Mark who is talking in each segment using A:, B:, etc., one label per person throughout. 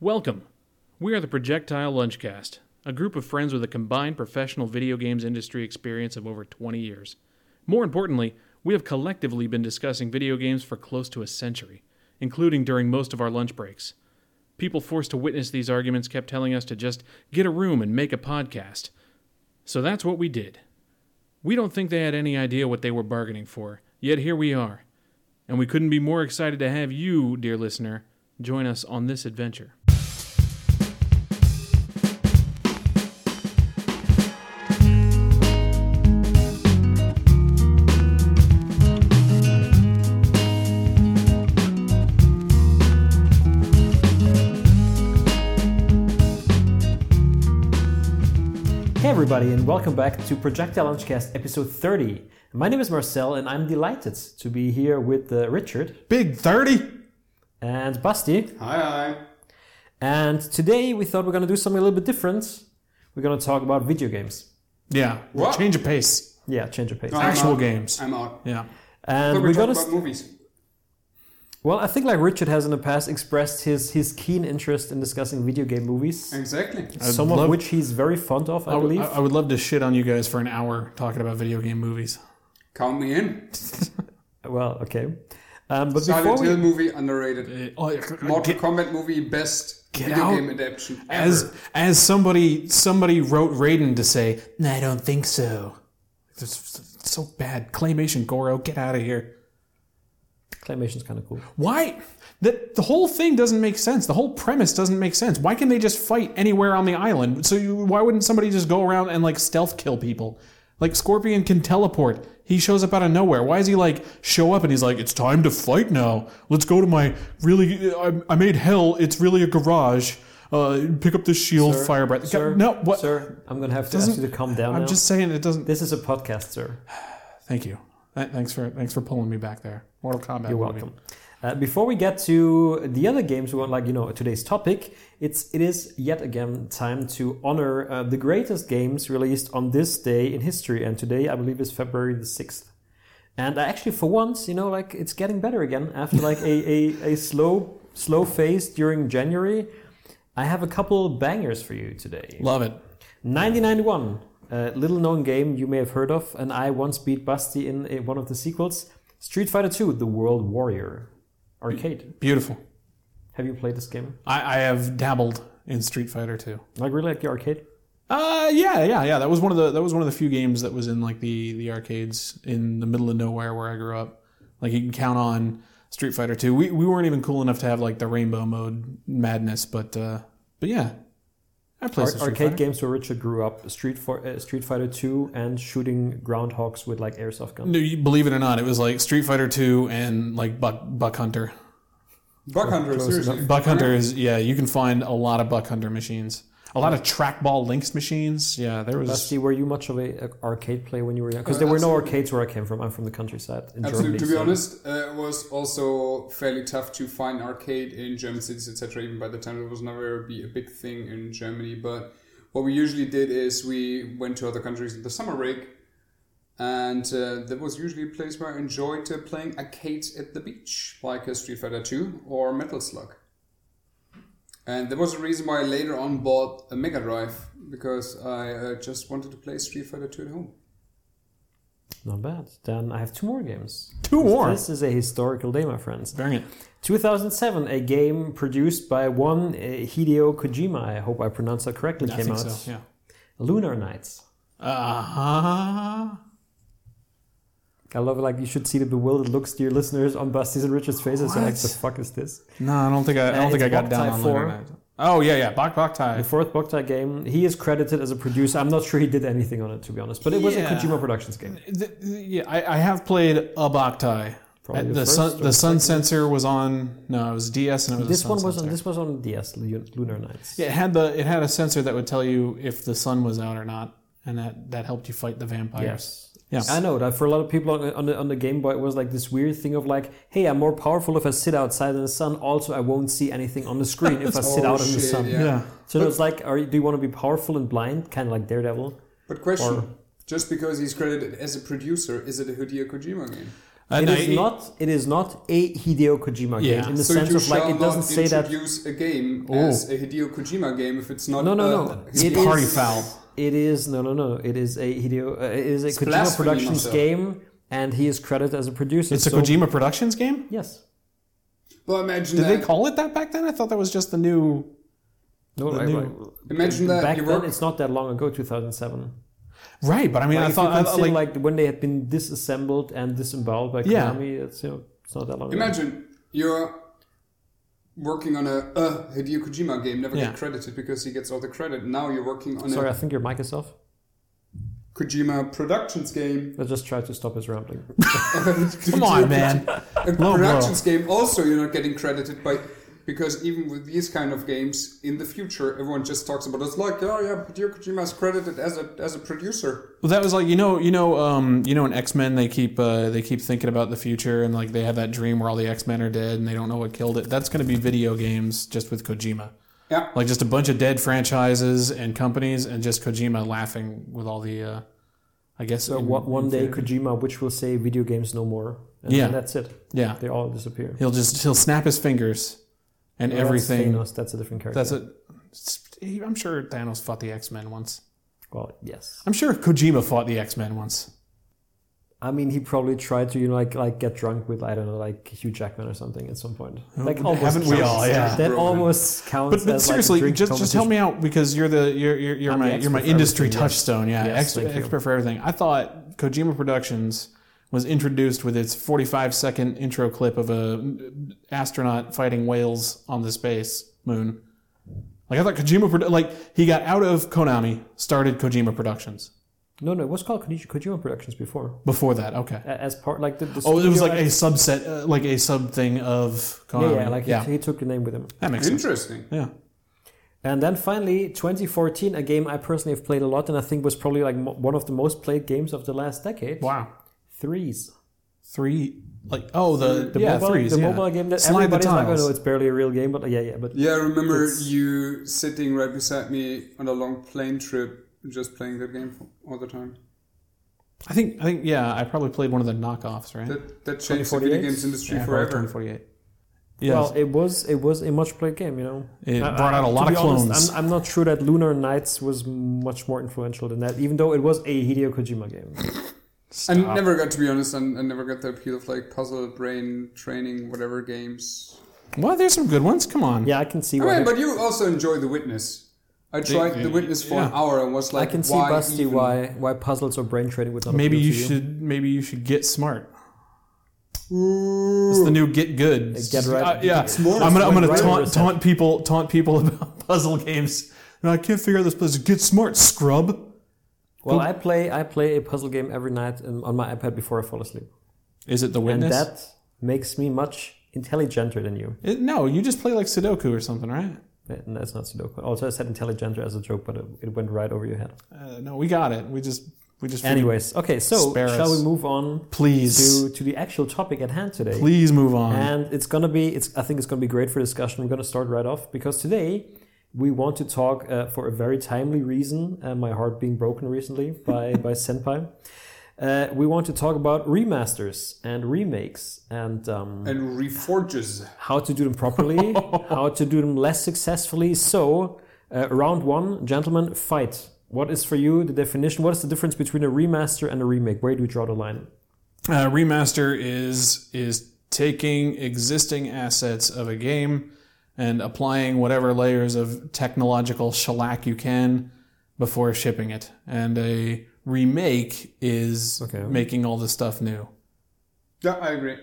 A: Welcome. We are the Projectile Lunchcast, a group of friends with a combined professional video games industry experience of over 20 years. More importantly, we have collectively been discussing video games for close to a century, including during most of our lunch breaks. People forced to witness these arguments kept telling us to just get a room and make a podcast. So that's what we did. We don't think they had any idea what they were bargaining for, yet here we are. And we couldn't be more excited to have you, dear listener, join us on this adventure.
B: Hey, everybody, and welcome back to Projectile Launchcast episode 30. My name is Marcel, and I'm delighted to be here with uh, Richard
C: Big 30?
B: and Basti.
C: Hi, hi.
B: And today we thought we're going to do something a little bit different. We're going to talk about video games.
A: Yeah.
C: What?
A: Change of pace.
B: Yeah, change of pace.
C: I'm
A: Actual
C: out.
A: games.
C: I'm out.
A: Yeah.
B: And
C: We're
B: we're
C: talking
B: going
C: about
B: to.
C: movies.
B: Well, I think like Richard has in the past expressed his his keen interest in discussing video game movies,
C: Exactly.
B: some
A: love-
B: of which he's very fond of, I,
A: I would,
B: believe.
A: I I would love to shit on you guys for an hour talking about video game movies.
C: Count me in.
B: well, okay. Um, but before
C: Silent
B: we,
C: Hill movie underrated. Mortal
A: Uh, Get-
C: Kombat movie best
A: Get
C: video
A: out.
C: game adaptation ever.
A: as as somebody somebody wrote Raiden to say, I don't think so. It's it's so bad. Claymation Goro, get out of here.
B: claymation's kind of cool.
A: Why? The, the whole thing doesn't make sense. The whole premise doesn't make sense. Why can they just fight anywhere on the island? So you, why wouldn't somebody just go around and like stealth kill people? Like Scorpion can teleport. He shows up out of nowhere. Why is he like show up and he's like, "It's time to fight now. Let's go to my really. I, I made hell. It's really a garage. Uh, pick up the shield,
B: Sir,
A: fire breath.
B: Sir,
A: no, what?
B: Sir, I'm going to have to ask
A: Doesn't-
B: you to calm down
A: I'm
B: now.
A: just saying it doesn't.
B: This is a podcast, sir.
A: Thank you. Th- Thanks for thanks for pulling me back there. Mortal Kombat.
B: You're
A: movie.
B: welcome. Uh, before we get to the other games, we want like you know today's topic. It's it is yet again time to honor uh, the greatest games released on this day in history, and today I believe is February the sixth. And I actually, for once, you know, like it's getting better again after like a, a, a slow slow phase during January. I have a couple bangers for you today.
A: Love it.
B: 1991, a little known game you may have heard of, and I once beat Basti in a, one of the sequels Street Fighter 2 The World Warrior Arcade.
A: Beautiful.
B: Have you played this game?
A: I, I have dabbled in Street Fighter 2.
B: Like, really, like the arcade?
A: Uh yeah, yeah, yeah. That was one of the that was one of the few games that was in like the the arcades in the middle of nowhere where I grew up. Like you can count on Street Fighter 2. We we weren't even cool enough to have like the rainbow mode madness, but uh but yeah. I played some
B: Ar-
A: Street
B: arcade
A: Fighter.
B: games where Richard grew up Street, for, uh, Street Fighter 2 and shooting groundhogs with like airsoft guns.
A: No, you- believe it or not, it was like Street Fighter 2 and like Buck Buck Hunter.
C: Buck Hunter, seriously.
A: Buck Hunter is yeah, you can find a lot of Buck Hunter machines. A lot of trackball links machines. Yeah, there was
B: Basti, were you much of a, a arcade player when you were young? Because there were
A: Uh,
B: no arcades where I came from. I'm from the countryside in Germany.
C: Absolutely. To be
B: so-
C: honest, uh, it was also fairly tough to find arcade in German cities, etc. Even by the time it was never be a big thing in Germany. But what we usually did is we went to other countries in the summer break, and uh, that was usually a place where I enjoyed uh, playing arcade at the beach, like uh, Street Fighter Two or Metal Slug. And that was the reason why I later on bought a Mega Drive because I uh, just wanted to play Street Fighter Two at home.
B: Not bad. Then I have two more games.
A: two more.
B: This is a historical day, my friends.
A: Bring it.
B: 2007, a game produced by one uh, Hideo Kojima, I hope I pronounced that correctly,
A: I
B: came
A: think
B: out.
A: so. Yeah.
B: Lunar Nights.
A: Uh huh.
B: I love it. Like, you should see the bewildered looks, dear listeners, on Basti's and Richard's faces. They're Like,
A: What?
B: the fuck is this?
A: No, I don't think I, I don't
B: Uh,
A: think I
B: it's
A: got down
B: Boktai
A: on
B: 4.
A: Lunar Night. Oh yeah, yeah, Bok Bok Tai.
B: The fourth Boktai game, he is credited as a producer. I'm not sure he did anything on it, to be honest, but it was
A: Yeah.
B: a Kojima Productions game.
A: Th- th- Yeah, I, I have played a Bok Tai.
B: Probably
A: the
B: the
A: sun,
B: first
A: the sun sensor was on. No, it was DS, and it was a
B: This
A: sun
B: one was on,
A: sensor.
B: this was on DS, Lu- Lunar Nights.
A: Yeah, it had the it had a sensor that would tell you if the sun was out or not, and that that helped you fight the vampires.
B: Yes.
A: Yeah.
B: I know that for a lot of people on, on, the, on the Game Boy, it was like this weird thing of like, hey, I'm more powerful if I sit outside in the sun. Also, I won't see anything on the screen if I sit
C: Oh,
B: out in the
C: shit,
B: sun.
C: Yeah.
B: So it was like, are you, do you want to be powerful and blind, kind of like Daredevil?
C: But question:
B: Or-
C: Just because he's credited as a producer, is it a Hideo Kojima game?
B: It
D: And
B: is
D: I-
B: not. It is not a Hideo Kojima
D: Yeah.
B: game in the
C: so
B: sense
C: you
B: of like
C: shall
B: it doesn't
C: not
B: say that.
C: introduce a game
D: Oh.
C: as a Hideo Kojima game if it's not
B: No, no,
C: a
B: no.
C: Hideo
B: It
D: party
B: is-
D: foul.
B: It is no, no, no. It is a Hideo. Uh, it is a
C: It's
B: Kojima
C: blasphemy,
B: Productions
C: Marcel.
B: game, and he is credited as a producer.
D: It's a
B: so-
D: Kojima Productions game.
B: Yes.
C: Well, imagine
D: Did
C: that.
D: they call it that back then? I thought that was just the new.
B: No,
D: The
B: right,
D: new-
B: right.
C: imagine that
B: Back
C: you
B: then,
C: work.
B: it's not that long ago, 2007.
D: Right, but I mean,
B: Like,
D: I
B: if
D: thought
B: you
D: I,
B: consider,
D: like,
B: like, when they had been disassembled and disemboweled by
D: Yeah.
B: Konami, it's you know it's not that long. ago.
C: imagine you're working on a uh, Hideo Kojima game, never
D: Yeah.
C: get credited because he gets all the credit. Now you're working on
B: Sorry, I
C: a
B: think you're Microsoft.
C: Kojima Productions game.
B: I just tried to stop his rambling.
D: come on, man.
C: A
D: Low blow.
C: productions game also you're not getting credited by because even with these kind of games in the future everyone just talks about it. it's like oh yeah Hideo Kojima is credited as a as a producer
D: Well, that was like you know, you know, um, you know, in X Men they keep uh, they keep thinking about the future and like they have that dream where all the X Men are dead and they don't know what killed it. That's going to be video games just with Kojima,
C: yeah
D: like just a bunch of dead franchises and companies and just Kojima laughing with all the, uh, I guess.
B: So
D: in-
B: one, one
D: in
B: day,
D: theory.
B: Kojima, which will say video games no more, and
D: Yeah.
B: then that's it.
D: yeah,
B: They all disappear.
D: he'll just he'll snap his fingers, and
B: Well,
D: everything.
B: That's, Thanos, that's a different character.
D: That's it. I'm sure Thanos fought the X Men once.
B: Well, yes.
D: I'm sure Kojima fought the X Men once.
B: I mean, he probably tried to, you know, like like get drunk with I don't know, like Hugh Jackman or something at some point. Like almost
D: haven't we
B: counts.
D: all? Yeah.
B: That
C: Broken.
B: almost counts.
D: But, but
B: as, like, a
D: seriously,
B: drink
D: just just help me out because you're the you're you're, you're
B: I'm the
D: my you're my
B: expert for
D: industry
B: everything, yes.
D: touchdown. Yeah,
B: Yes,
D: expert,
B: thank you.
D: expert for everything. I thought Kojima Productions was introduced with its 45 second intro clip of a astronaut fighting whales on the space moon. Like I thought Kojima Produ- like he got out of Konami, started Kojima Productions.
B: competition. No, no, it was called Konichi- Kojima Productions before.
D: Before that, okay.
B: A- As part, like the, the
D: Oh, it was
B: studio-
D: like a subset, uh, like a sub thing of
B: yeah,
D: Konami.
B: yeah, like
D: yeah.
B: He, he took the name with him.
D: that makes sense.
C: interesting
D: Yeah.
B: And then finally, 2014, a game I personally have played a lot, and I think was probably like mo- one of the most played games of the last decade.
D: Wow.
B: Threes.
D: Three, like oh the the yeah,
B: mobile,
D: threes,
B: the
D: yeah.
B: mobile game that
D: Slide the
B: everybody's like, oh
D: tiles.
B: no, it's barely a real game, but yeah, yeah, but
C: yeah I remember
B: It's-
C: you sitting right beside me on a long plane trip just playing that game all the time
D: I think I think yeah, I probably played one of the knockoffs, right?
C: that that changed the video
B: 2048?
C: games industry
D: yeah,
C: forever
D: Forty eight. Yes.
B: Well, it was it was a much played game, you know.
D: It
B: I-
D: brought
B: I-
D: out a
B: to
D: lot
B: be
D: of
B: honest,
D: clones.
B: I'm, I'm not sure that Lunar Nights was much more influential than that, even though it was a Hideo Kojima game.
C: I
D: Stop.
C: never got to be honest I, I never got the appeal of like puzzle brain training whatever games
D: Well, there's some good ones. Come on.
B: yeah, I can see
C: I
B: why.
C: mean,
B: they-
C: but you also enjoy The Witness. I tried The Witness for an
D: yeah.
C: hour and was
B: I
C: like,
B: can see
C: why
B: Busty
C: even?
B: why why puzzles or brain trading would not.
D: Maybe
B: appeal
D: you
B: to
D: should maybe you should get smart.
C: Ooh.
D: It's the new get good.
B: Get right-
D: Uh, yeah.
B: It's more-
D: I'm gonna I'm
B: it's
D: gonna
B: more
D: taunt
B: right.
D: taunt people taunt people about puzzle games. No, I can't figure out this puzzle. Get smart, scrub.
B: Well, I play I play a puzzle game every night um, on my iPad before I fall asleep,
D: Is it the
B: and
D: witness?
B: that makes me much intelligenter than you.
D: It- no, you just play like Sudoku or something, right?
B: And that's not Sudoku. Also, I said intelligenter as a joke, but it, it went right over your head.
D: Uh, no, we got it. We just we just
B: Anyways, okay, so
D: Spare
B: shall
D: us.
B: we move on
D: please
B: to to the actual topic at hand today?
D: please move on.
B: And it's gonna be, it's, I think it's gonna be great for discussion. We're gonna start right off because today we want to talk uh, for a very timely reason, uh, my heart being broken recently by, by Senpai. Uh, we want to talk about remasters and remakes and um,
C: And reforges.
B: how to do them properly, how to do them less successfully. So, uh, round one, gentlemen, fight. What is for you the definition? What is the difference between a remaster and a remake? Where do we draw the line?
D: uh, remaster is is taking existing assets of a game and applying whatever layers of technological shellac you can before shipping it. And a remake is
B: Okay.
D: making all this stuff new.
C: Yeah, I agree.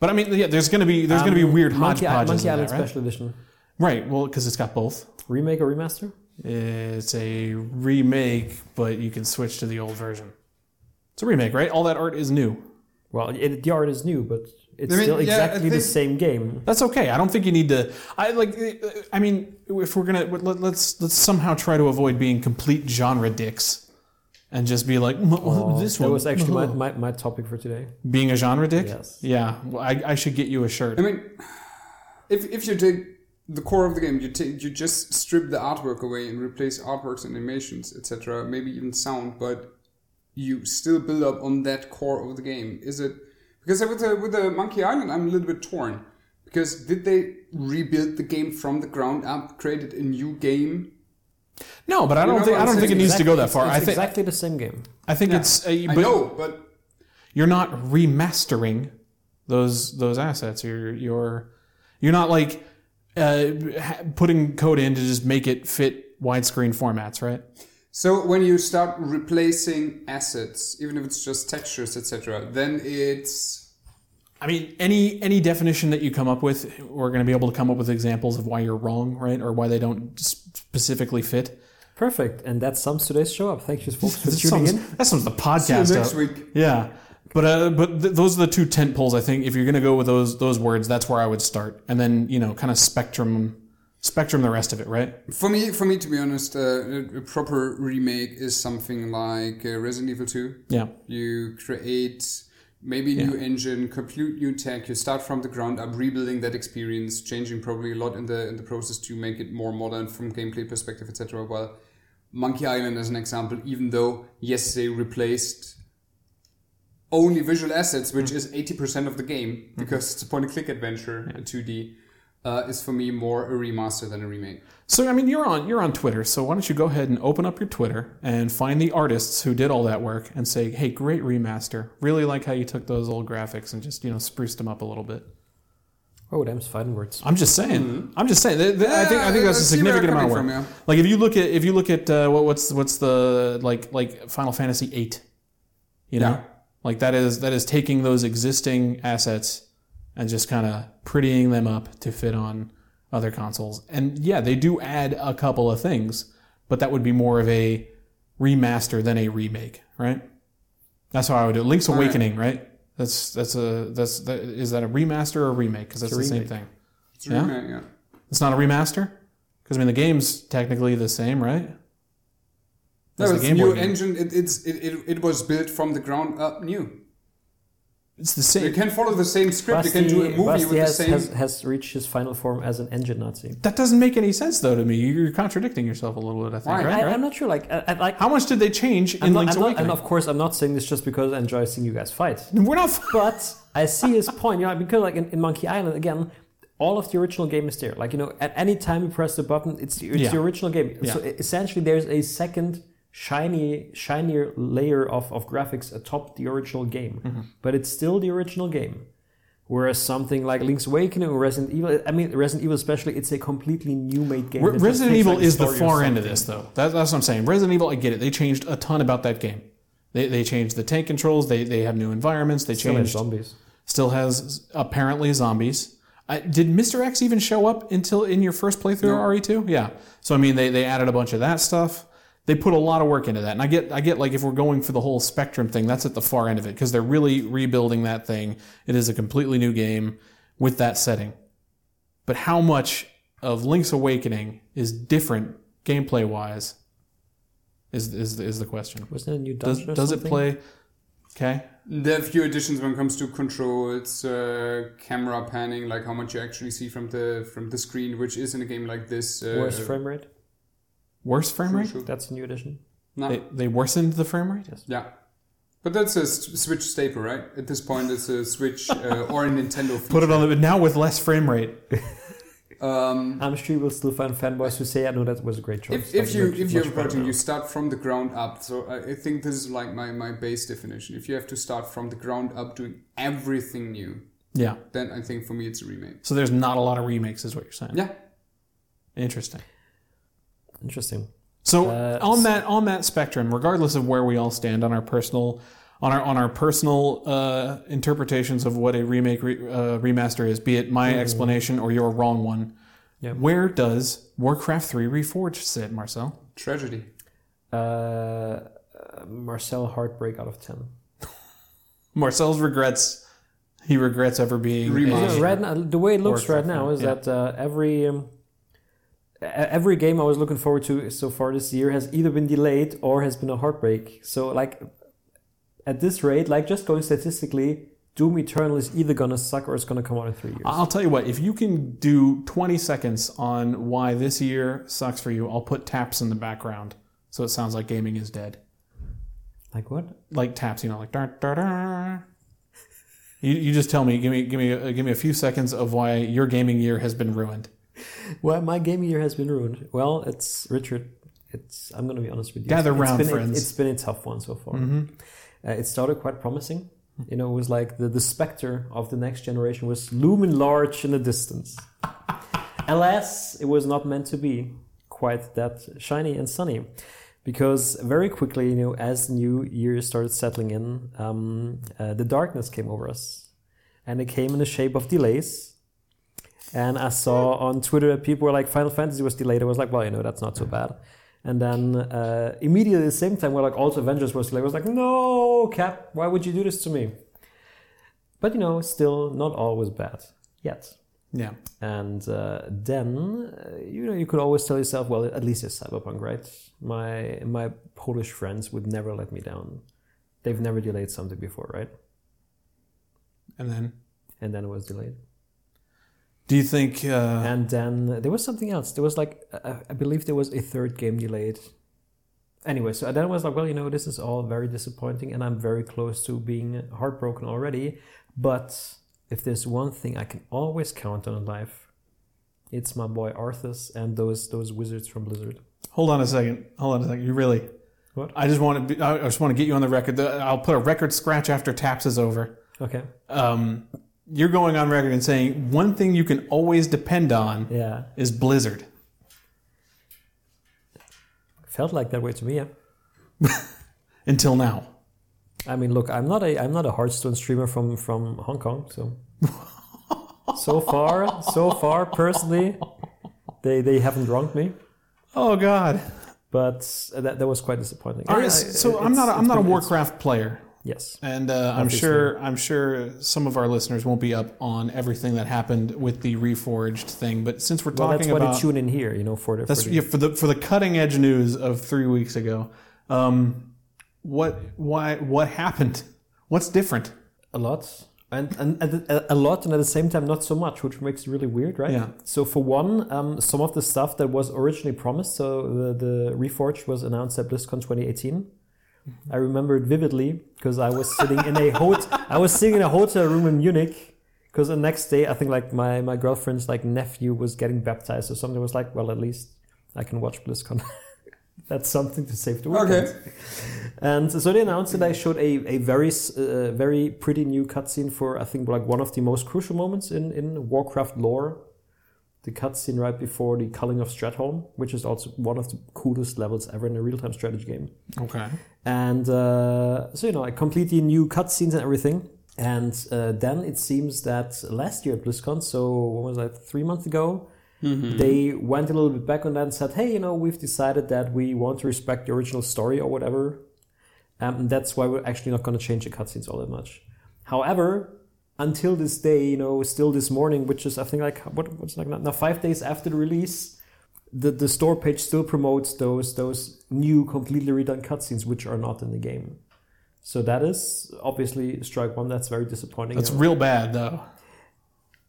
D: But I mean, yeah, there's gonna be there's gonna be
B: Um,
D: weird
B: Monkey,
D: hodgepodges
B: Monkey
D: in
B: Island
D: that, right?
B: Special Edition.
D: Right. Well, because it's got both.
B: Remake or remaster?
D: It's a remake, but you can switch to the old version. It's a remake, right? All that art is new.
B: Well, it, the art is new, but it's
C: I mean,
B: still
C: yeah, I
B: exactly the
C: think-
B: same game.
D: That's okay. I don't think you need to. I like. eh, I mean, if we're gonna let, let's let's somehow try to avoid being complete genre dicks, and just be like "Mm, well,
B: Oh,
D: this
B: that
D: one
B: was actually my, my, my topic for today.
D: being a genre dick.
B: Yes.
D: Yeah. Well, I, I should get you a shirt.
C: I mean, if, if you take the core of the game, you, take, you just strip the artwork away and replace artworks, animations, etc., maybe even sound, but you still build up on that core of the game. Is it. Because with the, with the Monkey Island, I'm a little bit torn. Because did they rebuild the game from the ground up, created a new game?
D: No, but I don't
C: know
D: think I
C: what,
D: don't
C: it's
D: think it needs to go that
B: It's-
D: far.
B: It's
D: I think
B: exactly the same game.
D: I think it's uh,
C: I
D: but
C: know, but
D: you're not remastering those those assets. You're you're you're not like uh, ha- putting code in to just make it fit widescreen formats, right?
C: So when you start replacing assets, even if it's just textures, etc., then it's
D: I mean, any any definition that you come up with, we're going to be able to come up with examples of why you're wrong, right, or why they don't s- specifically fit.
B: Perfect. And that sums today's show up. Thank you, folks, for
D: That
B: tuning in.
D: sums, that sums the podcast
C: See you next
D: up.
C: week.
D: Yeah, but uh, but th- those are the two tent poles. I think if you're going to go with those those words, that's where I would start, and then you know, kind of spectrum spectrum the rest of it, right?
C: for me. For me, to be honest, uh, a- a proper remake is something like uh, Resident Evil Two.
D: Yeah.
C: You create maybe a new engine, complete new tech. You start from the ground up, rebuilding that experience, changing probably a lot in the in the process to make it more modern from gameplay perspective, etc. Well, Monkey Island as an example, even though yes, they replaced only visual assets,
D: Mm.
C: which is eighty percent of the game
D: Mm-hmm.
C: because it's a point and click adventure, a two D. Uh, is for me more a remaster than a remake.
D: So I mean, you're on you're on Twitter, so why don't you go ahead and open up your Twitter and find the artists who did all that work and say, "Hey, great remaster! Really like how you took those old graphics and just you know spruced them up a little bit."
B: Oh, damn, it's fighting words.
D: I'm just saying. I'm just saying. Th- th- I think I think
C: Yeah,
D: that's a
C: I see where you're
D: significant amount of work.
C: coming from,
D: Like if you look at if you look at uh, what, what's what's the like like Final Fantasy VIII, you know,
C: Yeah.
D: like that is that is taking those existing assets and just kind of prettying them up to fit on other consoles. And yeah, they do add a couple of things, but that would be more of a remaster than a remake, right? That's how I would do. it. Link's Awakening, right? That's that's a that's that, is that a remaster or a remake? Because that's the same thing.
C: It's a remake, yeah.
D: It's not a remaster? Because, I mean, the game's technically the same, right?
C: No,
D: That's the
C: it's
D: Game Boy
C: new
D: game.
C: engine. It, it's it, it, it was built from the ground up new.
D: It's the
C: You
D: same.
C: can follow the same script.
B: Basti,
C: you can do a movie
B: Basti
C: with
B: has,
C: the same.
B: has, has reached his final form as an engine Nazi.
D: That doesn't make any sense, though, to me. You're contradicting yourself a little bit, I think,
C: Why?
D: right?
B: I,
D: Right?
B: I'm not sure. Like, I, I, like
D: How much did they change in
B: I'm not,
D: Link's
B: I'm not-
D: Awakening?
B: and of course, I'm not saying this just because I enjoy seeing you guys fight.
D: We're not. f-
B: But I see his point, you know, because like in, in Monkey Island again, all of the original game is there. Like you know, at any time you press the button, it's the, it's
D: Yeah.
B: the original game. So
D: Yeah.
B: e- essentially, there's a second shiny shinier layer of, of graphics atop the original game,
D: Mm-hmm.
B: but it's still the original game. Whereas something like Link's Awakening or Resident Evil, I mean Resident Evil especially, it's a completely new made game.
D: Re-
B: It just
D: Resident
B: takes,
D: Evil
B: like, a
D: is the
B: story or
D: far
B: something.
D: end of this, though. That, that's what I'm saying. Resident Evil, I get it. They changed a ton about that game. They, they changed the tank controls. They, they have new environments. They
B: Still has
D: changed.
B: zombies.
D: Still has apparently zombies. I, did Mr. X even show up until in your first playthrough of RE2? Yeah. So I mean, they, they added a bunch of that stuff. They put a lot of work into that, and I get I get like if we're going for the whole spectrum thing, that's at the far end of it because they're really rebuilding that thing. It is a completely new game with that setting. But how much of Link's Awakening is different gameplay wise? Is is is the question?
B: Wasn't there a new
D: Does
B: dungeon? or
D: does it
B: something?
D: play? Okay.
C: There are a few additions when it comes to controls, uh, camera panning, like how much you actually see from the from the screen, which is in a game like this. Uh,
B: Worse frame rate.
D: Worse frame rate.
B: That's a new addition.
C: no.
D: They, they worsened the frame rate.
C: yeah. But that's a s- Switch staple, right? At this point, it's a Switch uh, or a Nintendo.
D: Put it on the but now with less frame rate.
C: Um,
B: I'm sure you will still find fanboys who say, "I know that was a great choice."
C: if, if you if you're approaching,
B: approaching
C: you start from the ground up. So I, I think this is like my, my base definition. If you have to start from the ground up doing everything new,
D: Yeah.
C: then I think for me it's a remake.
D: So there's not a lot of remakes, is what you're saying.
C: Yeah,
D: Interesting.
B: interesting.
D: So
B: Uh,
D: on that on that spectrum, regardless of where we all stand on our personal on our on our personal uh, interpretations of what a remake re, uh, remaster is, be it my explanation or your wrong one,
B: Yeah.
D: where does Warcraft Three Reforged sit, Marcel?
C: tragedy.
B: Uh, uh, Marcel heartbreak out of ten.
D: Marcel's regrets. He regrets ever being.
C: Remaster.
D: a-
B: Yeah, right now, the way it looks
D: Or
B: right now is
D: yeah.
B: that uh, every um, e- every game I was looking forward to so far this year has either been delayed or has been a heartbreak. So like at this rate, like just going statistically, Doom Eternal is either gonna suck or it's gonna come out in three years.
D: I'll tell you what. If you can do 20 seconds on why this year sucks for you, I'll put taps in the background, so it sounds like gaming is dead.
B: like what?
D: like taps, you know, like dar dar dar. You, you just tell me. Give me give me a, give me a few seconds of why your gaming year has been ruined.
B: Well, my gaming year has been ruined. Well, it's Richard. It's I'm going to be honest with you.
D: Gather
B: It's
D: round,
B: been a-
D: friends. Mm-hmm.
B: it's been a tough one so far. Uh, it started quite promising. You know, it was like the, the specter of the next generation was looming large in the distance. Alas, it was not meant to be quite that shiny and sunny. Because very quickly, you know, as the new year started settling in, um, uh, the darkness came over us. And it came in the shape of delays. And I saw on Twitter that people were like, Final Fantasy was delayed. I was like, well, you know, that's not so bad. And then uh, immediately at the same time, we're like, also Avengers was delayed. I was like, no, Cap, why would you do this to me? But, you know, still not all was bad yet.
D: Yeah.
B: And uh, then, uh, you know, you could always tell yourself, well, at least it's Cyberpunk, right? My my Polish friends would never let me down. They've never delayed something before, right?
D: And then,
B: And then it was delayed.
D: do you think? Uh,
B: And then there was something else. There was like, I, I believe there was a third game delayed. Anyway, so then I was like, well, you know, this is all very disappointing, and I'm very close to being heartbroken already. But if there's one thing I can always count on in life, it's my boy Arthas and those those wizards from Blizzard.
D: Hold on a second. Hold on a second. You really?
B: What?
D: I just want to. Be, I I just want to get you on the record. The- I'll put a record scratch after taps is over.
B: Okay.
D: Um, you're going on record and saying one thing you can always depend on
B: Yeah.
D: is Blizzard.
B: Felt like that way to me. Yeah.
D: Until now.
B: I mean, look, I'm not a I'm not a Hearthstone streamer from from Hong Kong, so so far, so far, personally, they they haven't wronged me,
D: Oh God.
B: but that that was quite disappointing.
D: All right.
B: I-
D: so
B: I-
D: I'm not. A,
B: it's-
D: I'm not a
B: it's been-
D: Warcraft player.
B: Yes.
D: And uh, I'm sure I'm sure some of our listeners won't be up on everything that happened with the reforged thing, but since we're
B: Well,
D: talking
B: that's why
D: about
B: they tune in here, you know, for the.
D: that's
B: for the-
D: yeah, for the for the cutting edge news of three weeks ago, um, what why what happened? What's different?
B: a lot and, and, and a a lot and at the same time not so much which makes it really weird right
D: Yeah.
B: so for one um, some of the stuff that was originally promised so the, the reforged was announced at blizzcon 2018 i remember it vividly because i was sitting in a hotel i was sitting in a hotel room in munich because the next day i think like my, my girlfriend's like nephew was getting baptized or something I was like well at least i can watch blizzcon that's something to save the weekend.
C: Okay.
B: And so they announced that I showed a, a very s- uh, very pretty new cutscene for I think like one of the most crucial moments in, in Warcraft lore, the cutscene right before the culling of Stratholme, which is also one of the coolest levels ever in a real time strategy game.
D: Okay.
B: And uh, so you know, I completely new cutscenes and everything. And uh, then it seems that last year at BlizzCon, so what was that, three months ago, they went a little bit back on that and said, hey, you know, we've decided that we want to respect the original story or whatever. Um, and that's why we're actually not going to change the cutscenes all that much. However, until this day, you know, still this morning, which is I think like what what's like now five days after the release, the the store page still promotes those those new completely redone cutscenes which are not in the game. So that is obviously strike one. That's very disappointing.
D: That's real bad though.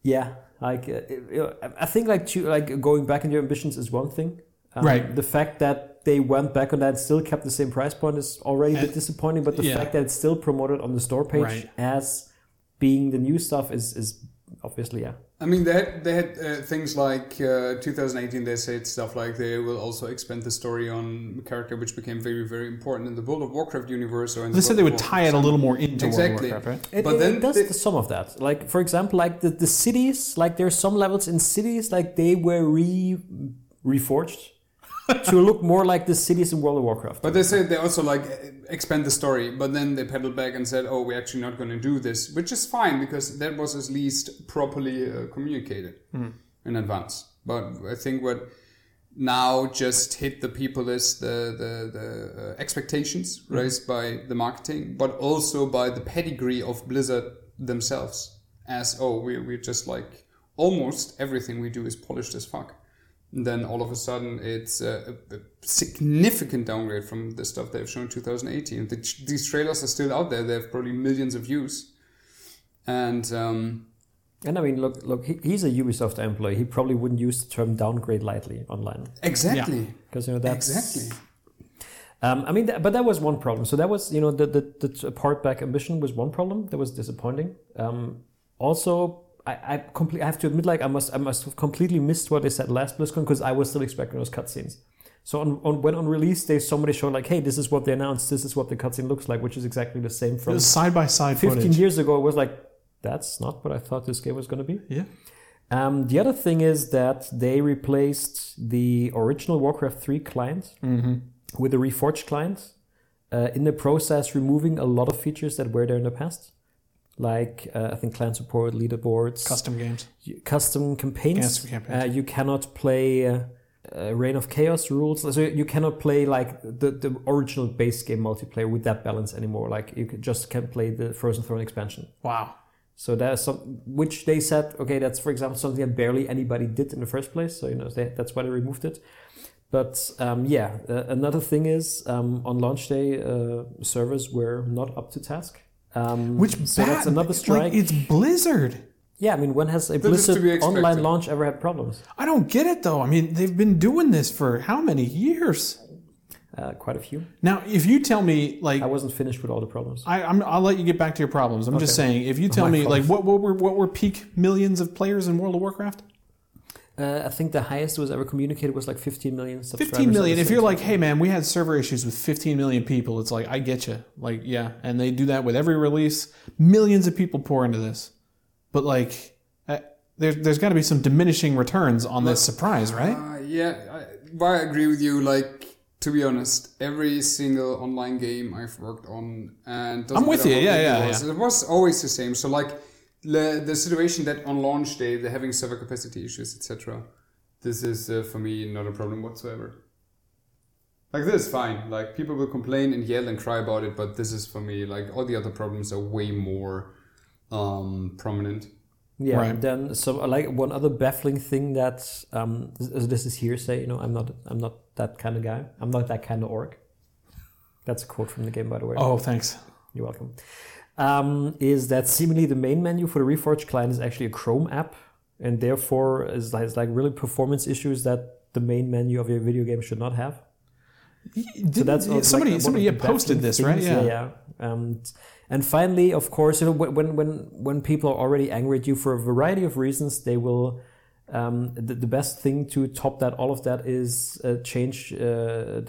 B: Yeah, like uh, it- it- I think like choo- like going back in your ambitions is one thing. Um,
D: Right.
B: The fact that they went back on that and still kept the same price point is already a bit
D: And-
B: disappointing. But the
D: yeah.
B: fact that it's still promoted on the store page
D: Right.
B: as being the new stuff is is obviously yeah.
C: I mean, they had, they had uh, things like uh, 2018, they said stuff like they will also expand the story on character which became very, very important in the World of Warcraft universe. Or in
D: They
C: the
D: said
C: World
D: they
C: of
D: would
C: Warcraft
D: tie it a little more into
C: Exactly.
D: World of Warcraft, right?
B: It,
C: But
B: it- it
C: then
B: does
C: they-
B: some of that. Like for example, like the, the cities, like there's some levels in cities like they were re reforged to look more like the cities in World of Warcraft.
C: But they said they also like expand the story, but then they pedaled back and said, "Oh, we're actually not going to do this," which is fine because that was at least properly uh, communicated
D: Hmm.
C: in advance. But I think what now just hit the people is the the, the uh, expectations raised by the marketing, but also by the pedigree of Blizzard themselves. As oh, we we're just like almost everything we do is polished as fuck then all of a sudden it's a, a, a significant downgrade from the stuff they've shown in 2018. The, these trailers are still out there. They have probably millions of views. And um,
B: And I mean, look, look, he, he's a Ubisoft employee. He probably wouldn't use the term downgrade lightly online
C: exactly.
B: because you know that's
C: Exactly.
B: Um, I mean, th- but that was one problem. So that was, you know, the the, the part back ambition was one problem that was disappointing. Um, also, I I, complete, I have to admit, like I must I must have completely missed what they said last BlizzCon because I was still expecting those cutscenes. So on, on when on release day, somebody showed like, hey, this is what they announced. This is what the cutscene looks like, which is exactly the same from
D: Side by side
B: 15
D: footage.
B: years ago. It was like, that's not what I thought this game was going to be.
D: Yeah.
B: Um, the other thing is that they replaced the original Warcraft 3 client
D: Mm-hmm.
B: with a reforged client, uh, in the process, removing a lot of features that were there in the past. Like, uh, I think clan support, leaderboards,
D: Custom games.
B: y- custom campaigns.
D: Custom campaigns.
B: Uh, you cannot play uh, uh, Reign of Chaos rules. So you cannot play like the, the original base game multiplayer with that balance anymore. Like, you could- just can't play the Frozen Throne expansion.
D: Wow.
B: So that's some which they said, okay, that's for example something that barely anybody did in the first place. So you know they, that's why they removed it. But um, yeah, uh, another thing is um, on launch day, uh, servers were not up to task. Um,
D: Which
B: so that's
D: bad-
B: another
D: like,
B: strike.
D: it's Blizzard.
B: yeah, I mean, when has a
C: is to
B: Blizzard
C: be expected.
B: online launch ever had problems?
D: I don't get it though. I mean, they've been doing this for how many years?
B: Uh, quite a few.
D: Now, if you tell me like
B: I wasn't finished with all the problems.
D: I, I'm, I'll let you get back to your problems. I'm just saying, if you tell
B: my
D: me
B: fault.
D: like what, what were what were peak millions of players in World of Warcraft?
B: Uh, I think the highest was ever communicated was like 15 million subscribers.
D: 15 million.
B: at the
D: If
B: same
D: you're
B: time.
D: like, hey man, we had server issues with 15 million people, it's like I get you. Like yeah, and they do that with every release. Millions of people pour into this, but like. uh, There, there's got to be some diminishing returns on this surprise, right?
C: Uh, yeah, I, but I agree with you. Like, to be honest, every single online game I've worked on, and doesn't
D: I'm with
C: matter
D: you,
C: how
D: yeah,
C: big
D: yeah,
C: it was, it was always the same. So like, the, the situation that on launch day they're having server capacity issues, etc. This is uh, for me not a problem whatsoever. Like this, fine. Like people will complain and yell and cry about it, but this is for me. Like all the other problems are way more um, prominent.
B: Yeah.
D: Right.
B: Then so uh, like one other baffling thing that um this, this is hearsay. You know, I'm not I'm not that kind of guy. I'm not that kind of orc. That's a quote from the game, by the way.
D: Oh, thanks.
B: You're welcome. Um, is that seemingly the main menu for the Reforge client is actually a Chrome app, and therefore is like, is like really performance issues that the main menu of your video game should not have.
D: Didn't-
B: That's also, like, uh,
D: somebody
B: one of
D: somebody
B: the
D: had posted
B: baffling
D: this, right?
B: things. yeah. And and finally, of course, you know when- when when when people are already angry at you for a variety of reasons, they will. Um, the, the best thing to top that all of that is uh, change uh,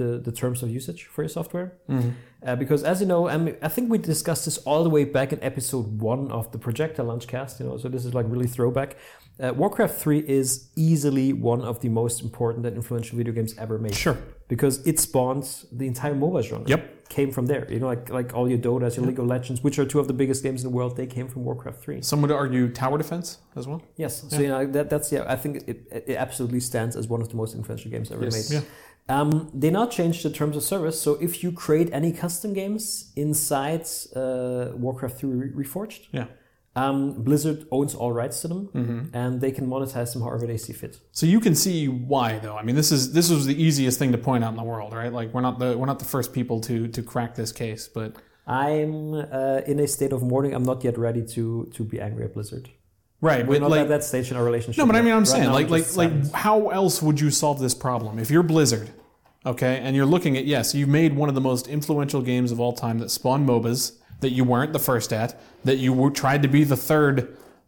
B: the the terms of usage for your software,
D: Mm-hmm.
B: uh, because as you know, I, mean, I think we discussed this all the way back in episode one of the Projector Launchcast. You know, so this is like really throwback. Uh, Warcraft three is easily one of the most important and influential video games ever made
D: Sure.
B: because it spawns the entire MOBA genre.
D: Yep.
B: Came from there. You know, like like all your Dota's, your League of Legends, which are two of the biggest games in the world, they came from Warcraft 3.
D: Some would argue tower defense as well.
B: Yes. So you know that that's yeah, I think it, it absolutely stands as one of the most influential games ever
C: Yes.
B: made.
D: Yeah.
B: Um, they now changed the terms of service, so if you create any custom games inside uh, Warcraft 3 Re- Reforged,
D: Yeah. Mm-hmm.
B: um, Blizzard owns all rights to them, and they can monetize them however they see fit.
D: So you can see why, though. I mean, this is this was the easiest thing to point out in the world, right? Like we're not the we're not the first people to to crack this case, but
B: I'm uh, in a state of mourning. I'm not yet ready to to be angry at Blizzard.
D: right.
B: We're
D: but,
B: not
D: like,
B: at that stage in our relationship.
D: no, but I
B: yet.
D: mean, I'm
B: Right
D: saying
B: now,
D: like
B: I'm
D: like
B: just silent.
D: like how else would you solve this problem if you're Blizzard, okay? And you're looking at yes, you've made one of the most influential games of all time that spawned MOBAs that you weren't the first at, that you were, tried to be the third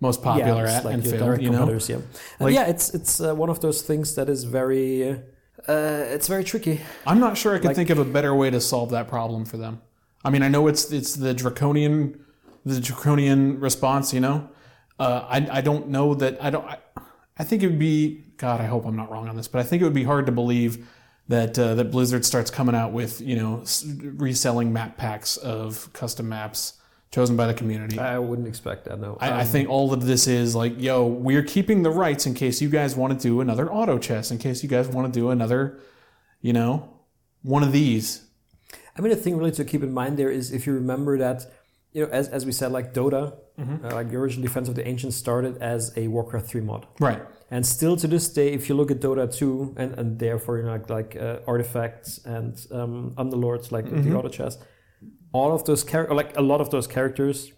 D: most popular
B: it's
D: at
B: like
D: and
B: your
D: failed.
B: direct
D: You know,
B: competitors, yeah. And yeah, it's it's uh, one of those things that is very, uh, it's very tricky.
D: I'm not sure I could think of a better way to solve that problem for them. I mean, I know it's it's the draconian, the draconian response. You know, uh, I I don't know that I don't. I, I think it would be God. I hope I'm not wrong on this, but I think it would be hard to believe that uh, that Blizzard starts coming out with you know s- reselling map packs of custom maps chosen by the community.
B: I wouldn't expect that. No,
D: I, I think all of this is like, yo, we're keeping the rights in case you guys want to do another auto chess, in case you guys want to do another, you know, one of these.
B: I mean, the thing really to keep in mind there is if you remember that, you know, as, as we said, like Dota,
D: Mm-hmm.
B: uh, like the original Defense of the Ancients started as a Warcraft 3 mod.
D: Right.
B: And still to this day, if you look at Dota 2 and, and therefore, you know, like, like uh, artifacts and um, underlords like
D: Mm-hmm.
B: the auto chess, all of those characters, like a lot of those characters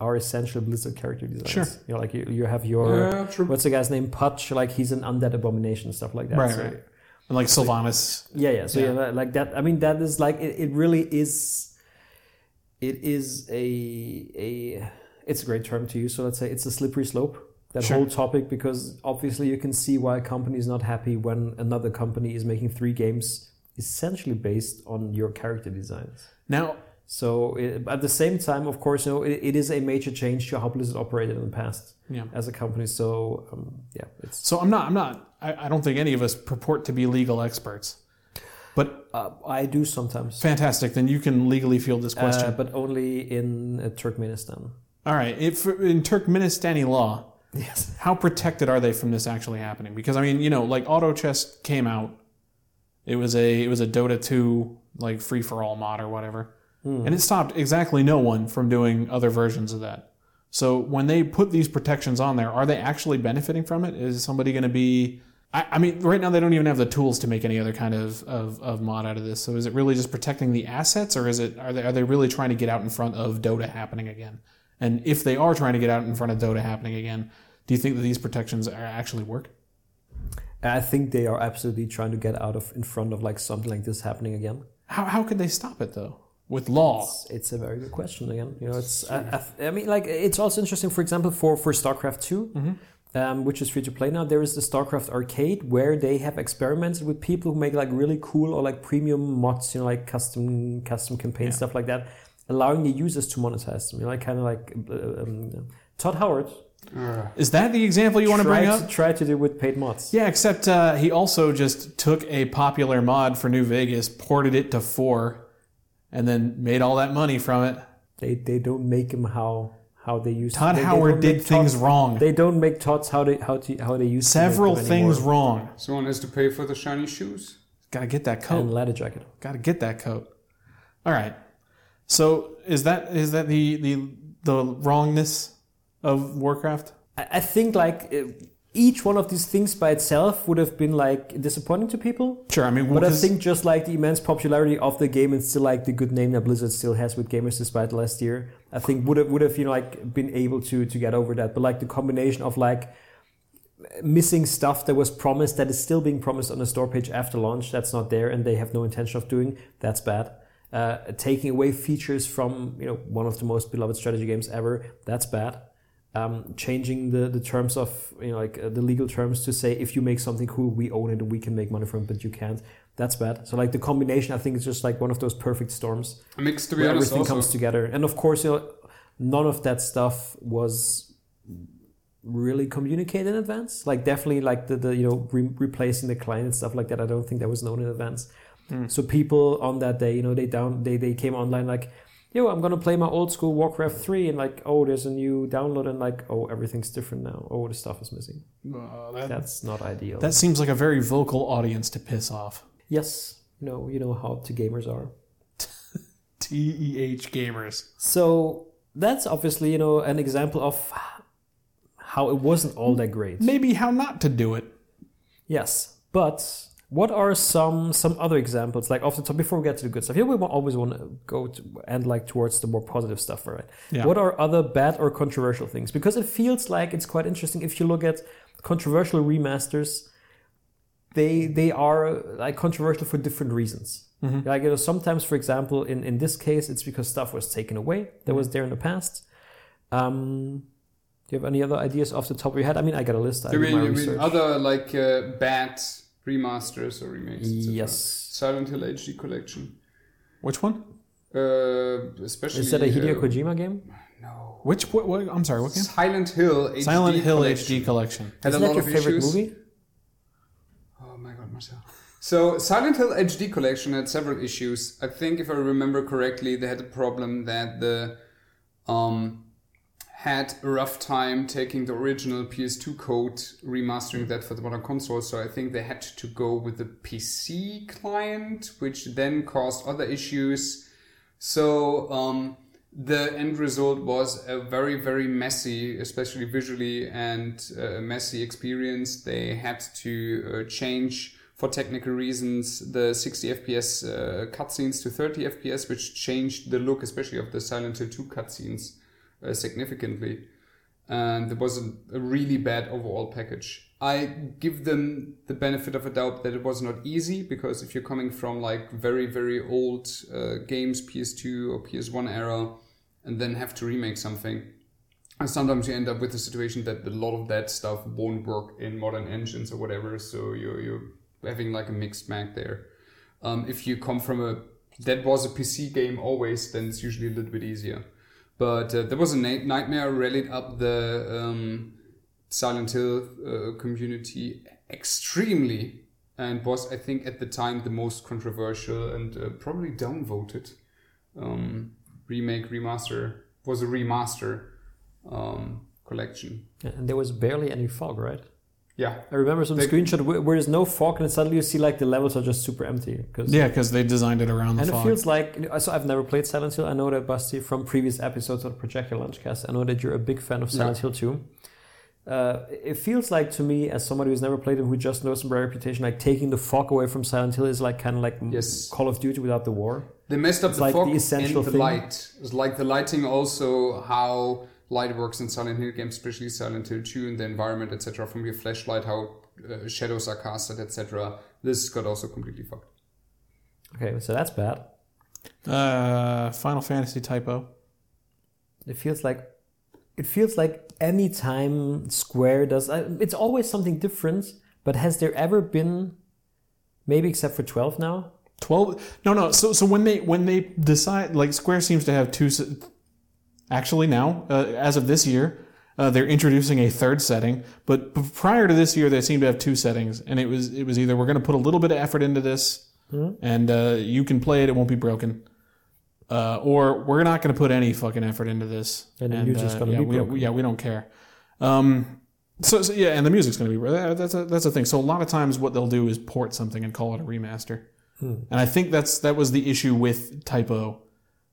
B: are essential Blizzard character designs.
D: Sure.
B: You know, like you, you have your,
C: Yeah, true.
B: what's the guy's name? Putch, like he's an undead abomination, stuff like that.
D: Right, right. and like Sylvanas.
B: Yeah, yeah. So yeah, li- like that. I mean, that is like it, it. really is. It is a a. It's a great term to use. So let's say it's a slippery slope. That whole topic, because obviously you can see why a company is not happy when another company is making three games essentially based on your character designs.
D: Now,
B: So it, at the same time, of course, you know, it, it is a major change to how Blizzard operated in the past
D: Yeah.
B: as a company. So um, yeah, it's
D: so I'm not. I'm not. I, I don't think any of us purport to be legal experts. But
B: uh, I do sometimes.
D: fantastic. Then you can legally field this question.
B: Uh, but only in uh, Turkmenistan.
D: All right. If in Turkmenistani law,
B: Yes.
D: how protected are they from this actually happening? Because I mean, you know, like Auto Chess came out. It was a it was a Dota two like free for all mod or whatever, and it stopped exactly no one from doing other versions of that. So when they put these protections on there, are they actually benefiting from it? Is somebody going to be? I, I mean, right now they don't even have the tools to make any other kind of, of, of mod out of this. So is it really just protecting the assets, or is it are they are they really trying to get out in front of Dota happening again? And if they are trying to get out in front of Dota happening again, do you think that these protections are actually work?
B: I think they are absolutely trying to get out of in front of like something like this happening again.
D: How how could they stop it though with law?
B: It's, it's a very good question again. You know, it's I, I, I mean like it's also interesting. For example, for for StarCraft 2
D: Mm-hmm.
B: um, which is free to play now, there is the StarCraft Arcade where they have experimented with people who make like really cool or like premium mods, you know, like custom custom campaign stuff like that, allowing the users to monetize them. You know, like kind of like uh, um, Todd Howard.
C: Ugh.
D: Is that the example you want to bring
B: tried
D: up?
B: to, tried to do with paid mods.
D: Yeah, except uh, he also just took a popular mod for New Vegas, ported it to four, and then made all that money from it.
B: They they don't make him how how they used.
D: Todd
B: they, they
D: Howard
B: don't
D: did
B: make
D: things
B: Todd-
D: wrong.
B: They don't make Tots how they how to how they use
D: Several things wrong.
C: Someone has to pay for the shiny shoes.
D: Gotta get that coat.
B: And leather jacket.
D: Gotta get that coat. All right. So is that is that the the the wrongness of Warcraft?
B: I, I think like uh, each one of these things by itself would have been like disappointing to people.
D: Sure. I mean,
B: But I
D: because-
B: think just like the immense popularity of the game and still like the good name that Blizzard still has with gamers despite last year, I think would have would have you know like been able to to get over that. But like the combination of like missing stuff that was promised that is still being promised on the store page after launch that's not there and they have no intention of doing that's bad. Uh, taking away features from you know one of the most beloved strategy games ever that's bad. Um, changing the, the terms of you know like uh, the legal terms to say if you make something cool we own it and we can make money from it but you can't that's bad. So like the combination, I think is just like one of those perfect storms
C: A mix, to be
B: where
C: honest,
B: everything
C: also.
B: comes together. And of course, you know, none of that stuff was really communicated in advance. Like definitely, like the, the you know re- replacing the client and stuff like that. I don't think that was known in advance. So people on that day, you know, they down they they came online like. Yo, I'm gonna play my old school Warcraft 3, and like, oh, there's a new download, and like, oh, everything's different now. Oh, the stuff is missing.
D: Uh, that,
B: That's not ideal.
D: that seems like a very vocal audience to piss off.
B: yes, you know, you know how the gamers are.
D: T E H gamers.
B: So that's obviously, you know, an example of how it wasn't all that great.
D: Maybe how not to do it.
B: Yes, but what are some some other examples like off the top before we get to the good stuff? Here we wa- always want to go to and like towards the more positive stuff, right?
D: Yeah.
B: What are other bad or controversial things? Because it feels like it's quite interesting if you look at controversial remasters. They they are like controversial for different reasons. Like you know, sometimes, for example, in in this case, it's because stuff was taken away that was there in the past. Um, do you have any other ideas off the top of your head? I mean, I got a list. I
C: I
B: did
C: mean,
B: my
C: I mean
B: research.
C: other like uh, bad remasters or remakes. et cetera.
B: Yes.
C: Silent Hill HD Collection.
D: Which one?
C: Uh, especially.
B: Is that a Hideo
C: uh,
B: Kojima game?
C: No.
D: Which what, what? I'm sorry. What game?
C: Silent Hill HD.
D: Silent Hill
C: Collection.
D: HD collection.
C: Had
B: Isn't
C: a
B: that
C: lot
B: your
C: of
B: favorite
C: issues.
B: movie?
C: Oh my god, Marcel. So, Silent Hill HD Collection had several issues. I think, if I remember correctly, they had a problem that the um, had a rough time taking the original PS2 code, remastering that for the modern console. So, I think they had to go with the PC client, which then caused other issues. So, um, the end result was a very, very messy, especially visually, and uh, messy experience. They had to uh, change, for technical reasons, the 60 FPS uh, cutscenes to 30 FPS, which changed the look, especially of the Silent Hill 2 Um, cutscenes, uh, significantly. And it was a, a really bad overall package. I give them the benefit of a doubt that it was not easy because if you're coming from like very very old uh, games, PS2 or PS1 era, and then have to remake something, and sometimes you end up with a situation that a lot of that stuff won't work in modern engines or whatever. So you're you're having like a mixed bag there. Um, if you come from a that was a PC game always, then it's usually a little bit easier. But uh, there was a na- nightmare rallied up the um, Silent Hill uh, community extremely, and was I think at the time the most controversial and uh, probably downvoted um, remake remaster was a remaster um, collection.
B: And there was barely any fog, right?
C: Yeah,
B: I remember some screenshot where, where there's no fog, and suddenly you see like the levels are just super empty. 'cause-
D: Yeah, because they designed it around the
B: and it
D: fog.
B: feels like so. I've never played Silent Hill. I know that Basti from previous episodes of Projector Launchcast. I know that you're a big fan of Silent Hill too. Uh, it feels like to me, as somebody who's never played it, who just knows from by reputation, like taking the fog away from Silent Hill is like kind of like
C: Yes.
B: Call of Duty without the war.
C: They messed up
B: It's
C: the
B: like
C: fog
B: the essential
C: and the
B: thing.
C: light. It's like the lighting also how light works in Silent Hill games, especially Silent Hill 2 and the environment, etc. From your flashlight, how uh, shadows are casted, etc. This got also completely fucked.
B: Okay, so that's bad.
D: uh, Final Fantasy typo.
B: It feels like it feels like any time Square does I- it's always something different. But has there ever been, maybe except for twelve now?
D: 12 no no so so when they when they decide like square seems to have two se- actually now uh, as of this year uh, they're introducing a third setting but p- prior to this year they seemed to have two settings and it was it was either we're going to put a little bit of effort into this
B: Hmm?
D: and uh, you can play it it won't be broken uh, or we're not going to put any fucking effort into this
B: And the music's
D: uh,
B: gonna
D: yeah,
B: be
D: we,
B: broken.
D: yeah we don't care um, so, so yeah and the music's going to be that- that's a, that's a thing so a lot of times what they'll do is port something and call it a remaster and I think that's that was the issue with typo,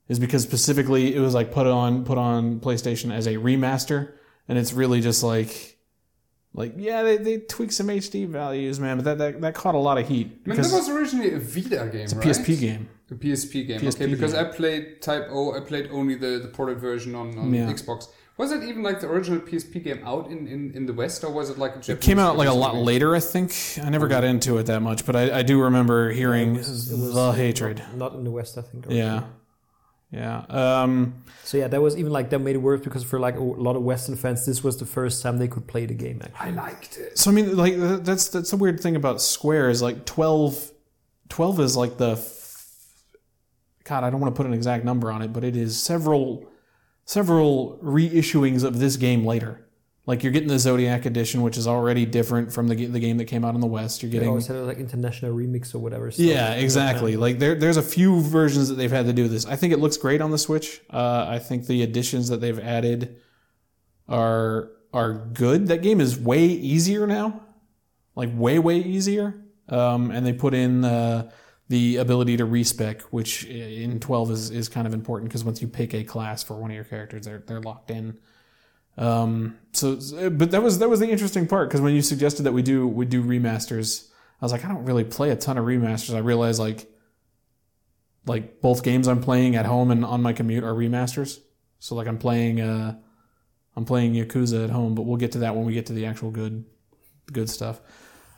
D: is because specifically it was like put on put on PlayStation as a remaster, and it's really just like, like yeah, they, they tweak some HD values, man, but that that, that caught a lot of heat
C: I mean, that
D: because
C: was originally a Vita game,
D: it's a
C: right?
D: PSP game.
C: A PSP game.
D: PSP
C: okay, because
D: game.
C: I played Type O. I played only the, the ported version on, on
D: Yeah.
C: Xbox. Was it even like the original PSP game out in, in, in the West, or was it like a Japanese?
D: It came out like a
C: release
D: lot
C: maybe?
D: later, I think. I never got into it that much, but I, I do remember hearing the hatred.
B: Not in the West, I think.
D: Yeah, yeah. Um,
B: So yeah, that was even like that made it worse because for like a lot of Western fans, this was the first time they could play the game. Actually,
C: I liked it.
D: so I mean, like th- that's that's the weird thing about Square is like 12, 12 is like the f- God. I don't want to put an exact number on it, but it is several several reissuings of this game later. Like you're getting the Zodiac edition, which is already different from the ga- the game that came out in the West. You're
B: they
D: getting
B: always had like international remix or whatever. So
D: yeah, exactly. Like there, there's a few versions that they've had to do this. I think it looks great on the Switch. Uh, I think the additions that they've added are are good. That game is way easier now, like way way easier. Um, and they put in uh, the ability to respec, which in 12 is, is kind of important because once you pick a class for one of your characters, they're they're locked in. Um, so, but that was that was the interesting part because when you suggested that we do we do remasters, I was like, I don't really play a ton of remasters. I realized like, like both games I'm playing at home and on my commute are remasters. So like I'm playing uh, I'm playing Yakuza at home, but we'll get to that when we get to the actual good, good stuff.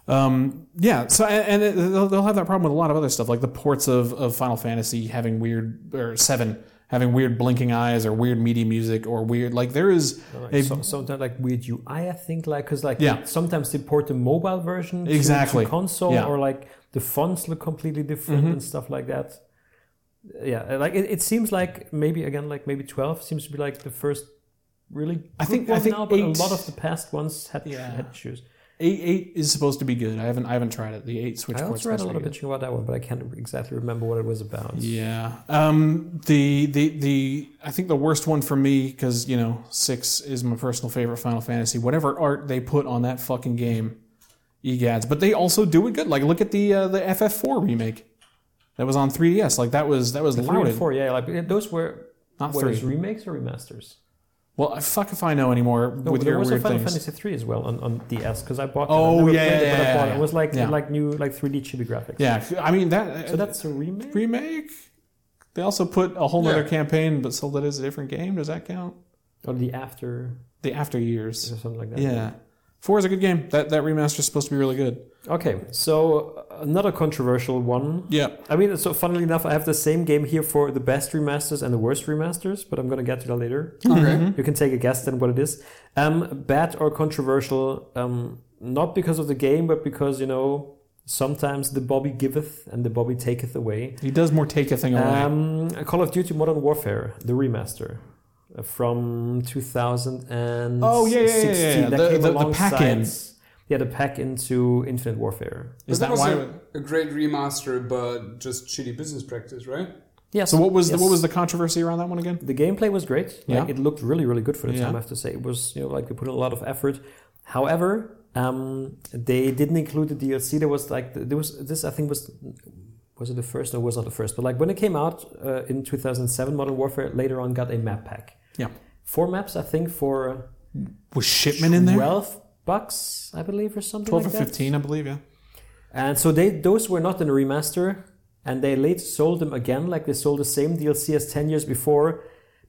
D: Um, yeah. So and and it, they'll, they'll have that problem with a lot of other stuff, like the ports of of Final Fantasy having weird or seven having weird blinking eyes or weird meaty music or weird like there is
B: Like,
D: a
B: so, sometimes like weird UI, I think, like because like
D: Yeah.
B: sometimes they port the mobile version to-
D: Exactly.
B: to console
D: Yeah. Mm-hmm.
B: or like the fonts look completely different and stuff like that. Yeah, uh, like it, it seems like maybe again like maybe twelve seems to be like the first really.
D: I
B: good
D: think- I
B: one
D: think
B: now, but
D: eight-
B: a lot of the past ones had
D: Yeah.
B: had issues.
D: Eight eight is supposed to be good. I haven't I haven't tried it. The eight switch
B: I
D: port's
B: also read a
D: supposed
B: lot of
D: to be good.
B: bitching about that one, but I can't exactly remember what it was about.
D: Yeah. Um. The the the I think the worst one for me because you know six is my personal favorite Final Fantasy. Whatever art they put on that fucking game, egads. But they also do it good. Like look at the uh, the FF4 remake that was on 3DS. Like that was that was
B: Three and
D: lauded.
B: four, yeah, like those were
D: Not
B: what is
D: three.
B: remakes or remasters.
D: Well, fuck if I know anymore
B: No,
D: with
B: there
D: your
B: was
D: weird
B: a Final
D: things.
B: Fantasy three as well on, on DS because I bought.
D: Oh,
B: it. I never
D: yeah,
B: played it,
D: yeah,
B: but I
D: yeah,
B: bought it.
D: yeah.
B: It was like
D: Yeah.
B: like new like three D chibi graphics.
D: Yeah. I mean that.
B: So that's a remake.
D: remake. They also put a whole
C: Yeah.
D: other campaign, but sold it as a different game. Does that count?
B: Or the after
D: The after years.
B: or something like that.
D: Yeah. Four is a good game. That that remaster is supposed to be really good.
B: Okay, so uh, another controversial one.
D: Yeah.
B: I mean, so funnily enough, I have the same game here for the best remasters and the worst remasters, but I'm gonna get to that later.
D: Mm-hmm.
C: Okay.
B: You can take a guess then what it is. Um, bad or controversial, um, not because of the game, but because you know sometimes the Bobby giveth and the Bobby taketh away.
D: He does more take a thing away.
B: Um, Call of Duty Modern Warfare, the remaster uh, from 2016.
D: Oh, yeah, yeah, yeah, yeah, yeah.
B: That
D: The-
B: came
D: the- the
B: alongside-
D: pack-in.
B: Yeah, the pack into Infinite Warfare.
D: is
C: But
D: that
C: was
D: why?
C: a, a great remaster, but just shitty business practice, right?
B: Yes.
D: so what was
B: yes.
D: the, what was the controversy around that one again?
B: The gameplay was great. Like,
D: Yeah.
B: it looked really, really good for the
D: Yeah.
B: time. I have to say, it was you know like they put in a lot of effort. However, um, they didn't include the DLC. There was like there was this. I think was was it the first? No, it was not the first. But like when it came out uh, in 2007, Modern Warfare later on got a map pack.
D: Yeah.
B: Four maps, I think, for
D: Was Shipman in there?
B: twelve bucks, I believe, or something.
D: Twelve or
B: like that.
D: fifteen, I believe. Yeah.
B: And so they those were not in a remaster, and they later sold them again, like they sold the same DLC as ten years before,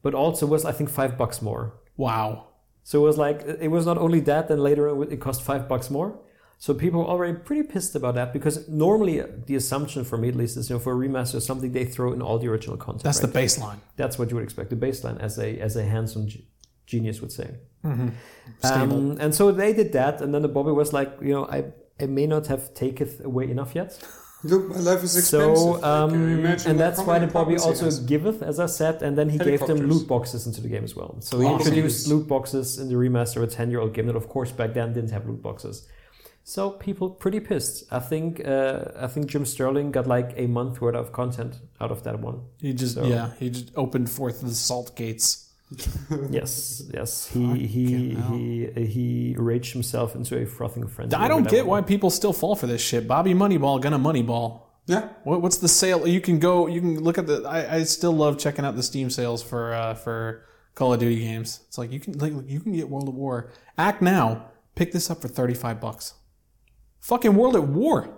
B: but also was I think five bucks more.
D: Wow.
B: So it was like it was not only that. Then later on, it cost five bucks more. So people were already pretty pissed about that because normally uh, the assumption for me at least is you know for a remaster is something they throw in all the original content.
D: That's
B: right?
D: the baseline.
B: that's what you would expect the baseline as a as a handsome g- genius would say.
C: Mm-hmm.
D: Stable.
B: Um, and so they did that, and then the Bobby was like, you know, I, I may not have taketh away enough yet.
C: Look, my life is expensive.
B: So,
C: Like,
B: um,
C: can you imagine
B: and
C: what
B: that's why the
C: common
B: Bobby
C: problems he
B: also
C: has?
B: giveth, as I said, and then he gave them
C: Helicopters.
B: loot boxes into the game as well. So he
C: Awesome.
B: introduced loot boxes in the remaster of a 10 year old game that, of course, back then didn't have loot boxes. So people pretty pissed. I think uh, I think Jim Sterling got like a month worth of content out of that one.
D: He just
B: So-
D: yeah. He just opened forth the salt gates.
B: Yes, yes, he he
D: Fucking hell.
B: he he raged himself into a frothing frenzy.
D: I
B: over
D: don't
B: that
D: get
B: one.
D: why people still fall for this shit. Bobby Moneyball, gonna Moneyball.
C: Yeah.
D: What, what's the sale? You can go. You can look at the. I, I still love checking out the Steam sales for uh, for Call of Duty games. It's like you can like you can get World at War. Act now. Pick this up for thirty five bucks. Fucking World at War.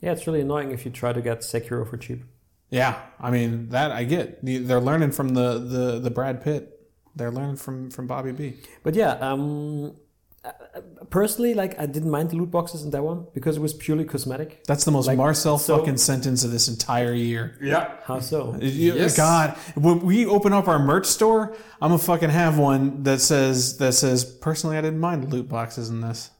B: Yeah, it's really annoying if you try to get Sekiro for cheap.
D: Yeah, I mean that I get. The- They're learning from the the the Brad Pitt. They're learning from from Bobby B.
B: But yeah, um, I- I- personally, like I didn't mind the loot boxes in that one because it was purely cosmetic.
D: That's the most Marcel
B: so-
D: fucking sentence of this entire year.
C: Yeah.
B: How so?
D: You-
C: Yes.
D: God, when we open up our merch store, I'm gonna fucking have one that says that says personally I didn't mind loot boxes in this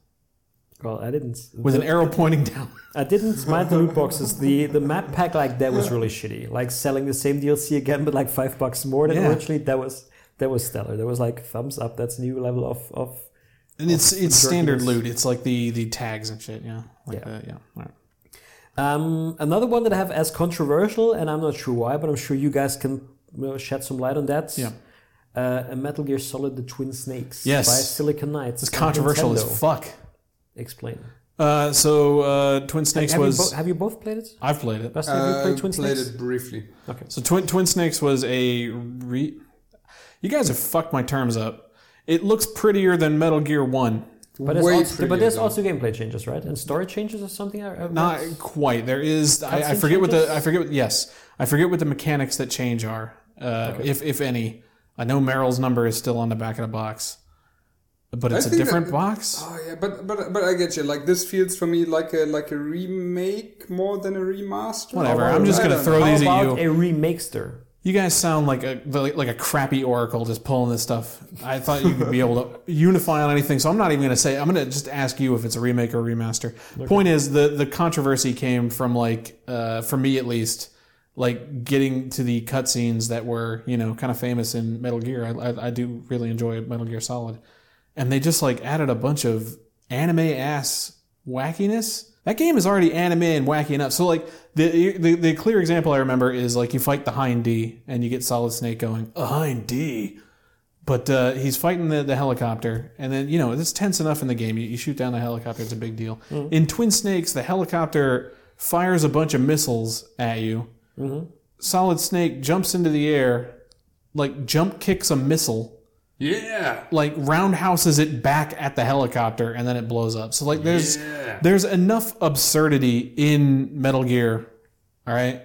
B: Well, I didn't.
D: with an arrow pointing down.
B: I didn't mind the loot boxes. The the map pack like that was really shitty. Like selling the same DLC again, but like five bucks more than
D: Yeah.
B: originally. That was that was stellar. That was like thumbs up. That's new level of of.
D: And it's it's
B: jerkiness.
D: standard loot. It's like the the tags and shit. Yeah, like
B: Yeah.
D: that. Yeah. All right.
B: Um, another one that I have as controversial, and I'm not sure why, but I'm sure you guys can you know, shed some light on that.
D: Yeah.
B: Uh, a Metal Gear Solid: The Twin Snakes.
D: Yes.
B: By Silicon Knights.
D: It's controversial as fuck.
B: Explain.
D: Uh, so uh, Twin Snakes
B: have,
D: was
B: you bo- have you both played it?
D: I've played it.
B: Basti, have you
C: Uh,
B: played Twin
C: played
B: Snakes?
C: it briefly.
B: Okay.
D: So Twin Twin Snakes was a re. You guys have fucked my terms up. It looks prettier than Metal Gear One.
B: But there's,
C: Way
B: also, but
C: prettier
B: there's
C: than-
B: also gameplay changes, right? And story changes or something? Uh, I- I-
D: Not quite. There is. I, I
B: Cutscene
D: forget what the.
B: changes?
D: I forget. What, yes, I forget what the mechanics that change are, uh, if if any. I know Meryl's number is still on the back of the box, but it's a
C: think that-
D: different box.
C: Oh yeah, but but but I get you. Like this feels for me like a like a remake more than a remaster.
D: Whatever. I'm just
C: Oh, I
D: gonna
C: don't
D: throw
C: know.
B: How
D: these at
B: about
D: you.
B: a remakester?
D: You guys sound like a like like a crappy oracle just pulling this stuff. I thought you could be able to unify on anything, so I'm not even going to say. I'm going to just ask you if it's a remake or a remaster. Point is, the the controversy came from like uh, for me at least, like getting to the cutscenes that were you know kind of famous in Metal Gear. I, I, I do really enjoy Metal Gear Solid, and they just like added a bunch of anime ass wackiness. That game is already anime and wacky enough. So like the, the the clear example I remember is like you fight the Hind D and you get Solid Snake going a Hind D, but uh, he's fighting the, the helicopter and then you know it's tense enough in the game. You, you shoot down the helicopter; it's a big deal. In Twin Snakes, the helicopter fires a bunch of missiles at you. Solid Snake jumps into the air, like jump kicks a missile
C: Yeah.
D: like roundhouses it back at the helicopter and then it blows up. So like there's
C: Yeah.
D: there's enough absurdity in Metal Gear. All right.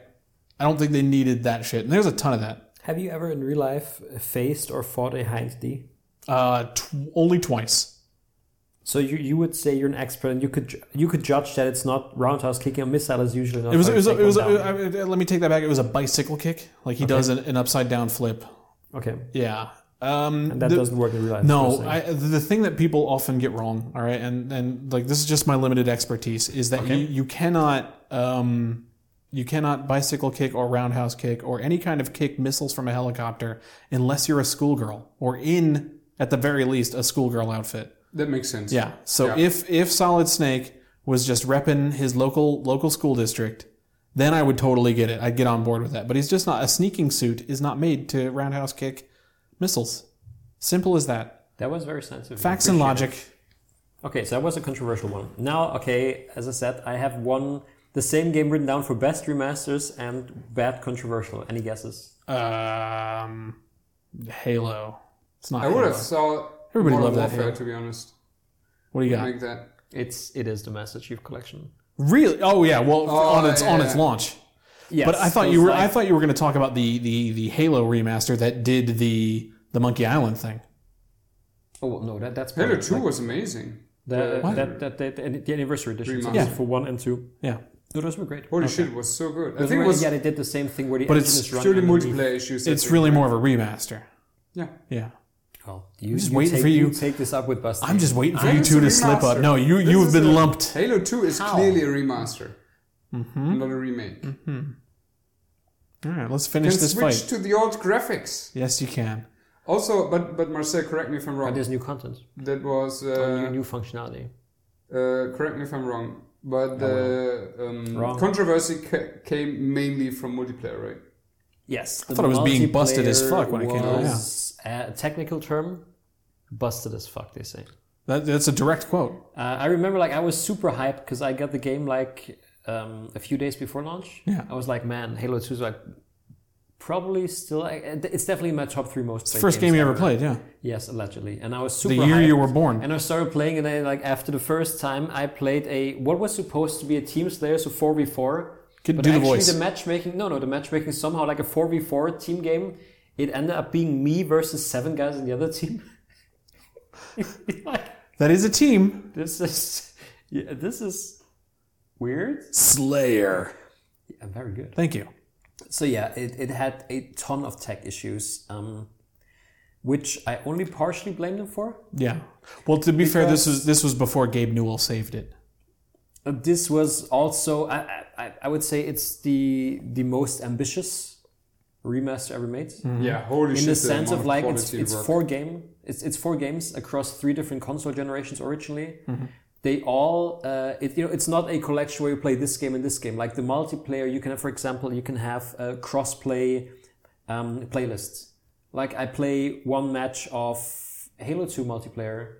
D: I don't think they needed that shit. And there's a ton of that.
B: Have you ever in real life faced or fought a Hind D?
D: Uh tw- only twice.
B: So you, you would say you're an expert, and you could ju- you could judge that it's not roundhouse kicking a missile is usually not.
D: It was.
B: how
D: It
B: you
D: was.
B: take
D: It was,
B: one down.
D: I- I- let me take that back. It was a bicycle kick. Like he does an, an upside down flip.
B: okay,
D: Yeah. Um,
B: and that
D: the-
B: doesn't work in real life. you're
D: No,
B: saying.
D: I, the thing that people often get wrong, all right, and and like this is just my limited expertise, is that you, you cannot um, you cannot bicycle kick or roundhouse kick or any kind of kick missiles from a helicopter unless you're a schoolgirl or in at the very least a schoolgirl outfit.
C: That makes sense.
D: Yeah. So
C: Yeah.
D: if if Solid Snake was just repping his local local school district, then I would totally get it. I'd get on board with that. But he's just not a sneaking suit is not made to roundhouse kick missiles. Simple as that.
B: that was very sensitive.
D: Facts and logic.
B: Okay, so that was a controversial one. Now, okay, as I said, I have one the same game written down for best remasters and bad controversial. Any guesses?
D: Um, Halo. It's not.
C: I would
D: Halo.
C: have thought
D: Everybody
C: Modern
D: loved that
C: Warfare,
D: Halo.
C: to be honest.
D: What do you got?
C: Like that.
B: It's it is the Master Chief Collection.
D: Really? Oh yeah. Well, on its on its
C: yeah.
D: launch.
B: Yes,
D: But I thought
B: so
D: you
B: it's
D: were. I
B: like-
D: thought you were going to talk about the the the Halo remaster that did the the Monkey Island thing.
B: oh well, no, that that's
C: Halo
B: better.
C: 2 was amazing.
B: The, that, that, that, the, the anniversary edition
C: Remaster.
B: yeah. for one and two.
D: Yeah.
B: No, those were great.
C: Holy shit, it was so good. I
B: Those
C: think
B: were-
C: it was
B: yeah, they did the same thing where the
D: But
B: engine
D: it's
B: is running.
C: purely
B: underneath.
C: multiplayer issues. that
D: It's
C: they-
D: really more of a remaster.
C: Yeah.
D: Yeah.
B: Well, you,
D: just
B: you
D: waiting
B: take,
D: for you.
B: Take this up with Buster.
D: I'm just waiting for
C: Halo
D: you
C: is
D: two
C: a
D: to slip up.
C: remaster.
D: No, you
C: This
D: you have
C: is
D: been
C: a-
D: lumped. Mm-hmm.
C: Halo 2 is
B: How?
C: clearly a remaster. Not a remake.
D: All right, let's finish
C: Can
D: this
C: switch
D: fight.
C: to the old graphics.
D: Yes, you can.
C: Also, but but Marcel, correct me if I'm
B: But
C: wrong.
B: there's new content,
C: That was
D: Oh,
B: or new,
C: uh,
B: new functionality.
C: uh, correct me if I'm wrong. But the um,
B: Wrong.
C: controversy ca- came mainly from multiplayer, right?
D: Mm-hmm.
B: Yes, I
D: thought it was being busted as fuck when it came out,
B: out. A technical term, busted as fuck. They say.
D: That, that's a direct quote.
B: Uh, I remember like I was super hyped because I got the game like um, a few days before launch.
D: Yeah.
B: I was like, man, Halo 2 is like probably still like, it's definitely my top three most. Played
D: First
B: games
D: game you ever
B: ever.
D: played. Yeah.
B: Yes, allegedly, and I was super.
D: The year you
B: hyped.
D: were born.
B: And I started playing, and then like after the first time, I played a what was supposed to be a team slayer, so four v four.
D: Could
B: But
D: do the
B: actually,
D: voice.
B: the matchmaking no, no, the matchmaking somehow like a four v four team game. It ended up being me versus seven guys in the other team. like
D: That is a team.
B: this is yeah, this is weird.
D: Slayer.
B: I'm very good.
D: Thank you.
B: So yeah, it, it had a ton of tech issues, um, which I only partially blame them for.
D: Yeah. Well, to be fair, this was this was before Gabe Newell saved it.
B: Uh, this was also I, I- I, I would say it's the the most ambitious remaster ever made
C: Yeah, holy shit.
B: in the
C: the
B: sense
C: amount
B: of like it's,
C: quality
B: it's
C: uh, work.
B: four game it's, it's four games across three different console generations originally they all uh, it, you know it's not a collection where you play this game and this game like the multiplayer you can have for example you can have uh, cross play um, playlists like i play one match of halo 2 multiplayer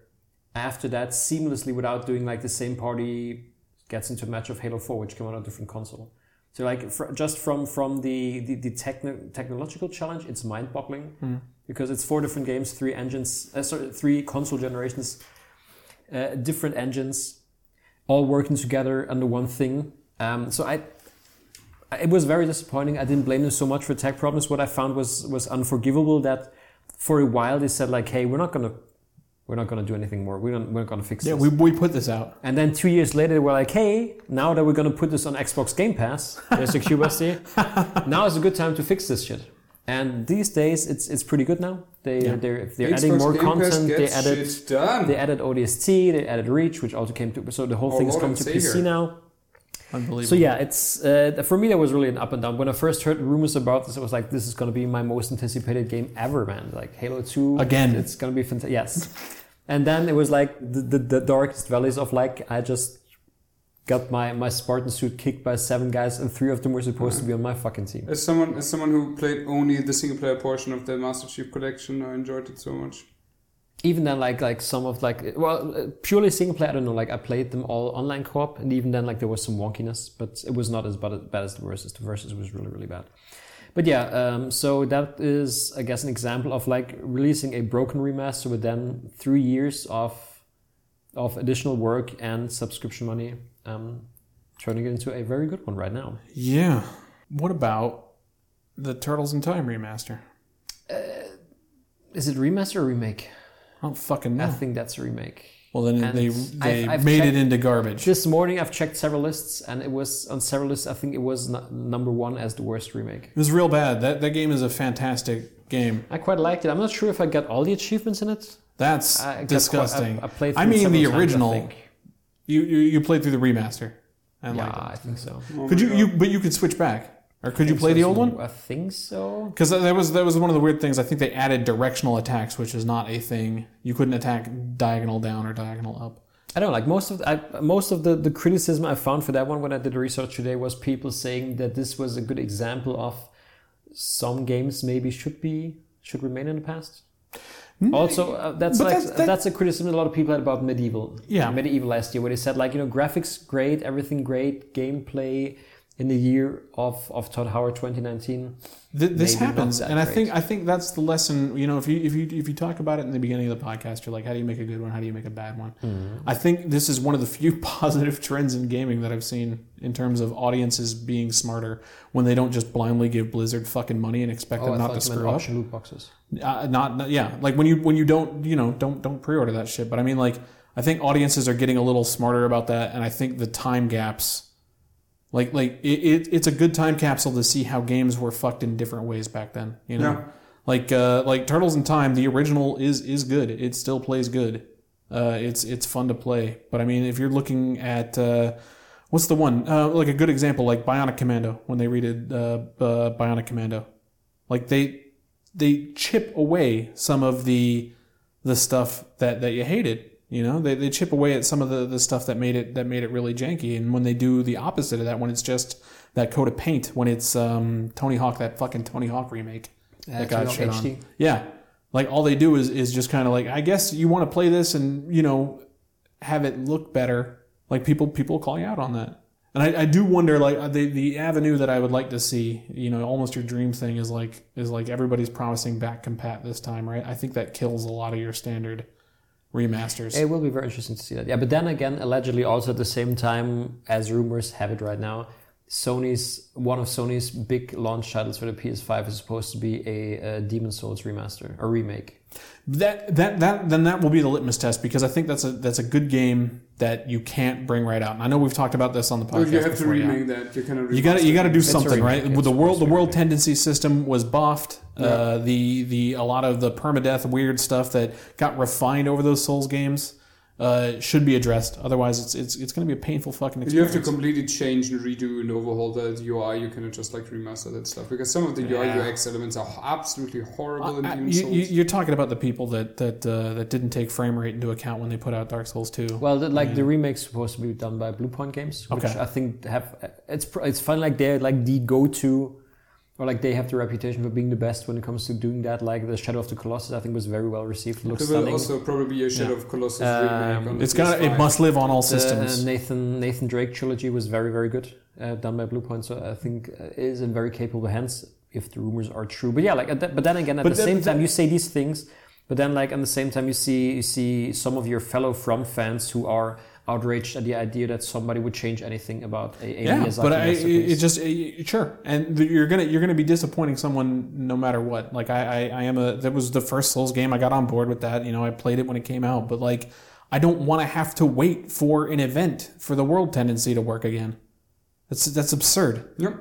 B: after that seamlessly without doing like the same party gets into a match of Halo 4, which came out on a different console. So like fr- just from from the the, the techno- technological challenge, it's mind boggling because it's four different games, three engines, uh, sorry, three console generations, uh, different engines, all working together under one thing. Um, so I. I- It was very disappointing. I didn't blame them so much for tech problems. What I found was was unforgivable that for a while they said like, "Hey, we're not gonna, we're not gonna do anything more. We're not, we're not gonna fix
D: Yeah,
B: this."
D: we, we put this out.
B: And then two years later, we're like, hey, now that we're going to put this on Xbox Game Pass, there's a QBSD, now is a good time to fix this shit. And these days, it's it's pretty good now. They they're they're adding
C: Xbox
B: more
C: Game Pass
B: content. They
C: gets
B: added
C: shit done.
B: they added ODST. They added Reach, which also came to so the whole thing's
C: Lord
B: come
C: and
B: to PC
C: Savior.
B: now.
D: Unbelievable.
B: So yeah, it's uh, for me that was really an up and down. When I first heard rumors about this, I was like, this is going to be my most anticipated game ever, man. Like Halo Two
D: Again.
B: it's going to be fantastic. Yes, and then it was like the, the, the darkest valleys of like I just got my my Spartan suit kicked by seven guys, and three of them were supposed to be on my fucking team.
C: As someone, as someone who played only the single player portion of the Master Chief Collection, I enjoyed it so much.
B: Even then, like like some of like well, uh, purely single player. I don't know. Like I played them all online co-op, and even then, like there was some wonkiness, but it was not as bad, bad as the versus. The versus was really really bad. But yeah, um, so that is, I guess, an example of like releasing a broken remaster with then three years of of additional work and subscription money, um, turning it into a very good one right now.
D: yeah. What about the Turtles in Time remaster?
B: Is it remaster or remake?
D: I don't fucking
B: I
D: know. Oh.
B: think that's a remake.
D: Well, then
B: And
D: they
B: I've-
D: they
B: I've
D: made it
B: checked-
D: into garbage.
B: This morning I've checked several lists, and it was on several lists. I think it was n- number one as the worst remake.
D: it was real bad. That that game is a fantastic game.
B: I quite liked it. I'm not sure if I got all the achievements in it.
D: That's
B: I got quite-
D: disgusting.
B: I, I played. through
D: I
B: it
D: mean, the
B: several times, I
D: original.
B: think.
D: you, you you played through the remaster. And
B: Yeah,
D: like
B: I think so.
D: could you, you but you could switch back or could you play the old one?
B: I think so.
D: Because that that was that was one of the weird things. I think they added directional attacks, which is not a thing. You couldn't attack diagonal down or diagonal up.
B: I don't know, like most of the, I, most of the, the criticism I found for that one when I did the research today was people saying that this was a good example of some games maybe should be should remain in the past. Also, uh, that's
D: Hmm. but
B: like
D: that's- that-
B: that's a criticism a lot of people had about medieval.
D: Yeah.
B: medieval last year, where they said like you know graphics great, everything great, gameplay in the year of of Todd Howard 2019.
D: Th- this
B: Maybe not
D: happens,
B: that
D: and I
B: great.
D: think I think that's the lesson. You know, if you if you if you talk about it in the beginning of the podcast, you're like, how do you make a good one? How do you make a bad one?
B: Mm-hmm.
D: I think this is one of the few positive trends in gaming that I've seen in terms of audiences being smarter when they don't just blindly give Blizzard fucking money and
B: Oh,
D: expect them not to
B: you meant
D: screw up.
B: auction loot boxes.
D: uh, not, not yeah like when you when you don't you know don't don't pre-order that shit but i mean like i think audiences are getting a little smarter about that and i think the time gaps like like it, it it's a good time capsule to see how games were fucked in different ways back then you know
C: Yeah.
D: like uh like turtles in time the original is is good it still plays good uh it's it's fun to play but i mean if you're looking at uh what's the one uh, like a good example like bionic commando when they redid uh, uh bionic commando like they they chip away some of the the stuff that that you hated you know they, they chip away at some of the, the stuff that made it that made it really janky and when they do the opposite of that when it's just that coat of paint when it's um, tony hawk that fucking tony hawk remake
B: Tony
D: that got
B: Hawk
D: shit
B: HD.
D: on yeah like all they do is is just kind of like i guess you want to play this and you know have it look better like people people call you out on that and I, I do wonder, like the the avenue that I would like to see, you know, almost your dream thing is like is like everybody's promising back compat this time, right? I think that kills a lot of your standard remasters.
B: It will be very interesting to see that. Yeah, but then again, allegedly, also at the same time as rumors have it right now, Sony's one of Sony's big launch titles for the PS5 is supposed to be a, uh Demon Souls remaster or remake.
D: that that that then that will be the litmus test because I think that's a that's a good game that you can't bring right out. And I know we've talked about this on the podcast.
C: Well, you have to
D: before, yeah.
C: remake that. You cannot.
D: You got to you got to do
B: a
D: something,
B: remake.
D: right?
B: It's
D: the
B: supposed
D: world
B: to
D: the
B: be a
D: world tendency system was buffed. Uh, the the a lot of the permadeath weird stuff that got refined over those Souls games uh, should be addressed. Otherwise, it's it's it's going to be a painful fucking
C: You
D: experience.
C: have to completely change and redo and overhaul that UI. You cannot just like remaster that stuff because some of the
D: Yeah.
C: UI UX elements are absolutely horrible in
D: I- I-
C: Demon
D: you,
C: Souls.
D: you, you're talking about the people that that uh, that didn't take frame rate into account when they put out Dark Souls 2.
B: Well, the, like the
C: Mm.
B: remake's supposed to be done by Bluepoint Games, which
D: Okay.
B: I think have it's pr- it's fun like they're like the go-to. Or like they have the reputation for being the best when it comes to doing that. Like the Shadow of the Colossus, I think was very well received. Looks
C: there will
B: stunning.
C: also probably be a Shadow of Colossus remake. On
D: Um, it's
C: the
D: got to it
C: PS5.
D: must live on all
B: The
D: systems.
B: Uh, Nathan Nathan Drake trilogy was very very good, uh, done by Bluepoint. So I think uh, it is in very capable hands if the rumors are true. But yeah, like at that, but then again, at
D: But
B: the
D: that-
B: same
D: but
B: time,
D: that-
B: you say these things, but then like at the same time, you see you see some of your fellow From fans who are outraged at the idea that somebody would change anything about a, a
D: yeah,
B: Miyazaki
D: but I, it
B: masterpiece.
D: it just it, it- sure, and th- you're gonna you're gonna be disappointing someone no matter what. Like I, I I am a that was the first Souls game I got on board with that. You know I played it when it came out, but like I don't want to have to wait for an event for the world tendency to work again. That's that's absurd.
C: Yep.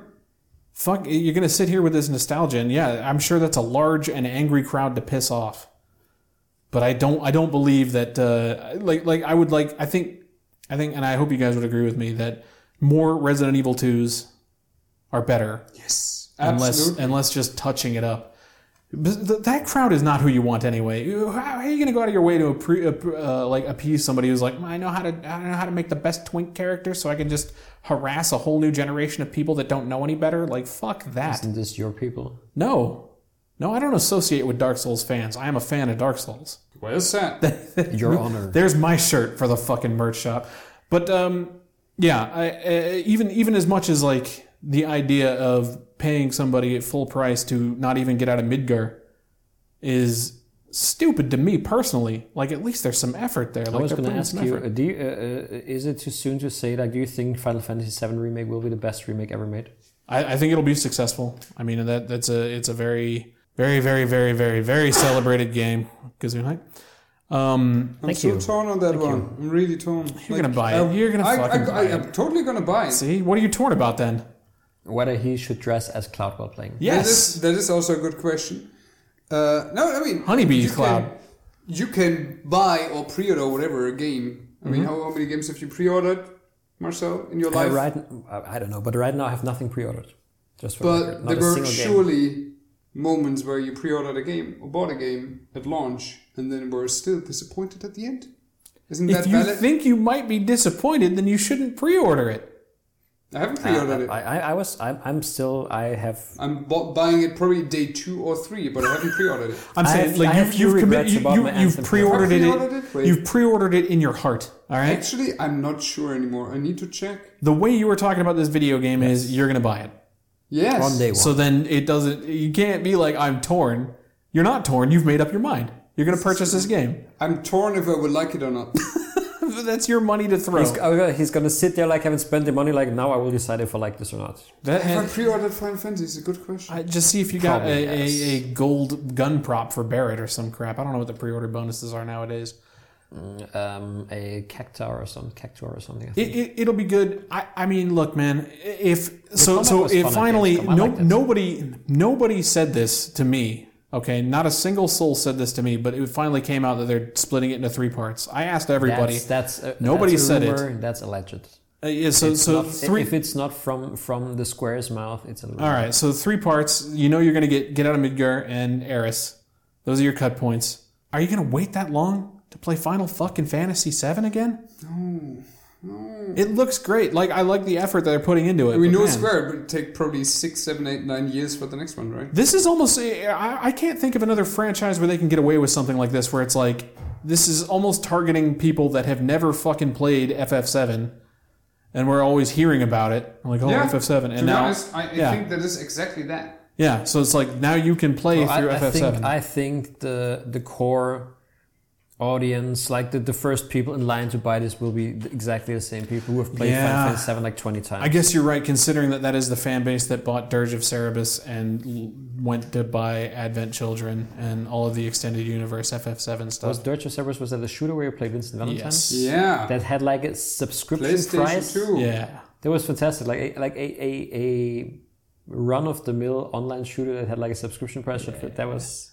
D: Fuck, you're gonna sit here with this nostalgia, and yeah, I'm sure that's a large and angry crowd to piss off. But I don't I don't believe that uh, like like I would like I think I think and I hope you guys would agree with me that more Resident Evil twos are better
C: Yes.
D: unless
C: Absolutely.
D: unless just touching it up. But th- that crowd is not who you want anyway. You- How how are you going to go out of your way to appre- uh, like appease somebody who's like, I know how to I know how to make the best twink character, so I can just harass a whole new generation of people that don't know any better? Like, fuck that.
B: Isn't this your people?
D: No, no, I don't associate with Dark Souls fans. I am a fan of Dark Souls.
C: Well said.
B: Your honor.
D: There's my shirt for the fucking merch shop. But um, yeah, I, uh, even even as much as like the idea of paying somebody at full price to not even get out of Midgar is stupid to me personally. Like at least there's some effort there. Like,
B: I was
D: they're
B: going to
D: putting
B: ask
D: some
B: you,
D: effort.
B: uh, do you uh, uh, is it too soon to say like do you think Final Fantasy VII remake will be the best remake ever made?
D: I, I think it'll be successful. I mean, that that's a it's a very very very very very very celebrated game. Gives me a high. Um,
C: I'm
E: Thank
C: so
E: you.
C: torn on that one. I'm really torn.
D: you're gonna buy it. you're gonna
C: I,
D: fucking buy
C: I, I,
D: it.
C: I'm totally gonna buy it.
D: See, what are you torn about then?
B: Whether he should dress as Cloud while playing.
C: That is, that is also a good question. Uh, no, I mean,
D: Honeybee
C: you can-
D: Cloud.
C: you can buy or pre-order or whatever a game. I
E: Mm-hmm.
C: mean, how, how many games have you pre-ordered, Marcel, in your
E: I
C: life?
E: Uh, right, I I don't know, but right now I have nothing pre-ordered. Just for the record.
C: But
E: not
C: there
E: a
C: were
E: single game.
C: surely moments where you pre-ordered a game or bought a game at launch and then were still disappointed at the end. Isn't that
D: If you
C: valid?
D: think you might be disappointed, then you shouldn't pre-order it.
C: I haven't pre-ordered it.
E: Uh, I, I, I was. I'm, I'm still. I have.
C: I'm bu- buying it probably day two or three, but I haven't pre-ordered it.
D: I'm
E: I
D: saying
E: have- I
D: like
E: have
D: you've,
E: few
D: you've committed.
E: regrets
D: You,
E: about
D: you,
E: my
D: you've
E: Anthem.
D: pre-ordered it.
C: Pre-ordered it? Wait.
D: You've pre-ordered it in your heart. All right.
C: Actually, I'm not sure anymore. I need to check.
D: The way you were talking about this video game is you're gonna buy it.
C: Yes.
E: On day one.
D: So then it doesn't. You can't be like I'm torn. You're not torn. You've made up your mind. You're gonna purchase this game.
C: I'm torn if I would like it or not.
D: That's your money to throw.
E: He's, go- he's gonna sit there like haven't spent the money. Like now, I will decide if I like this or not.
C: Have I
D: That,
C: pre-ordered Final Fantasy? It's a good question.
D: I just see if you got a,
E: Probably,
D: a, a gold gun prop for Barrett or some crap. I don't know what the pre-order bonuses are nowadays.
B: Um, a cactar or some cactuar or something. I think.
D: It, it, it'll be good. I, I mean, look, man. If so,
B: combat
D: so
B: was fun
D: it
B: at
D: finally
B: Gamescom. I
D: no,
B: liked it.
D: nobody nobody said this to me. Okay, not a single soul said this to me. But it finally came out that they're splitting it into three parts. I asked everybody.
B: That's, that's
E: uh,
B: a,
D: Nobody
B: that's a
D: said it.
B: rumor, That's alleged.
D: Uh, yeah, so so
B: Not-
D: three.
B: If it's not from from the square's mouth, it's a rumor.
D: all right, so three parts. You know you're gonna get get out of Midgar and Eris. Those are your cut points. Are you gonna wait that long to play Final fucking Fantasy VII again? No, no. It looks great. Like I like the effort that they're putting into it.
C: we
D: but
C: know
D: man.
C: it's rare, but it'd take probably six, seven, eight, nine years for the next one, right?
D: This is almost. eh, I, I can't think of another franchise where they can get away with something like this, where it's like this is almost targeting people that have never fucking played FF7, and we're always hearing about it. like, oh, FF7, and
C: to
D: now,
C: be honest, I, I
D: yeah,
C: think that is exactly that.
D: yeah. So it's like now you can play
B: Well,
D: through
B: I, I
D: FF7.
B: think I think the the core audience, like the, the first people in line to buy this, will be th- exactly the same people who have played
D: Yeah.
B: Final Fantasy Seven like twenty times.
D: I guess you're right, considering that that is the fan base that bought Dirge of Cerberus and l- went to buy Advent Children and all of the extended universe FF7
B: was
D: stuff.
B: Dirge of Cerberus was that the shooter where you played Vincent Valentine?
D: Yes.
C: Yeah.
B: That had like a subscription
C: PlayStation
B: price.
C: 2.
D: Yeah.
B: That was fantastic. Like a, like a, a, a run of the mill online shooter that had like a subscription price. That- That was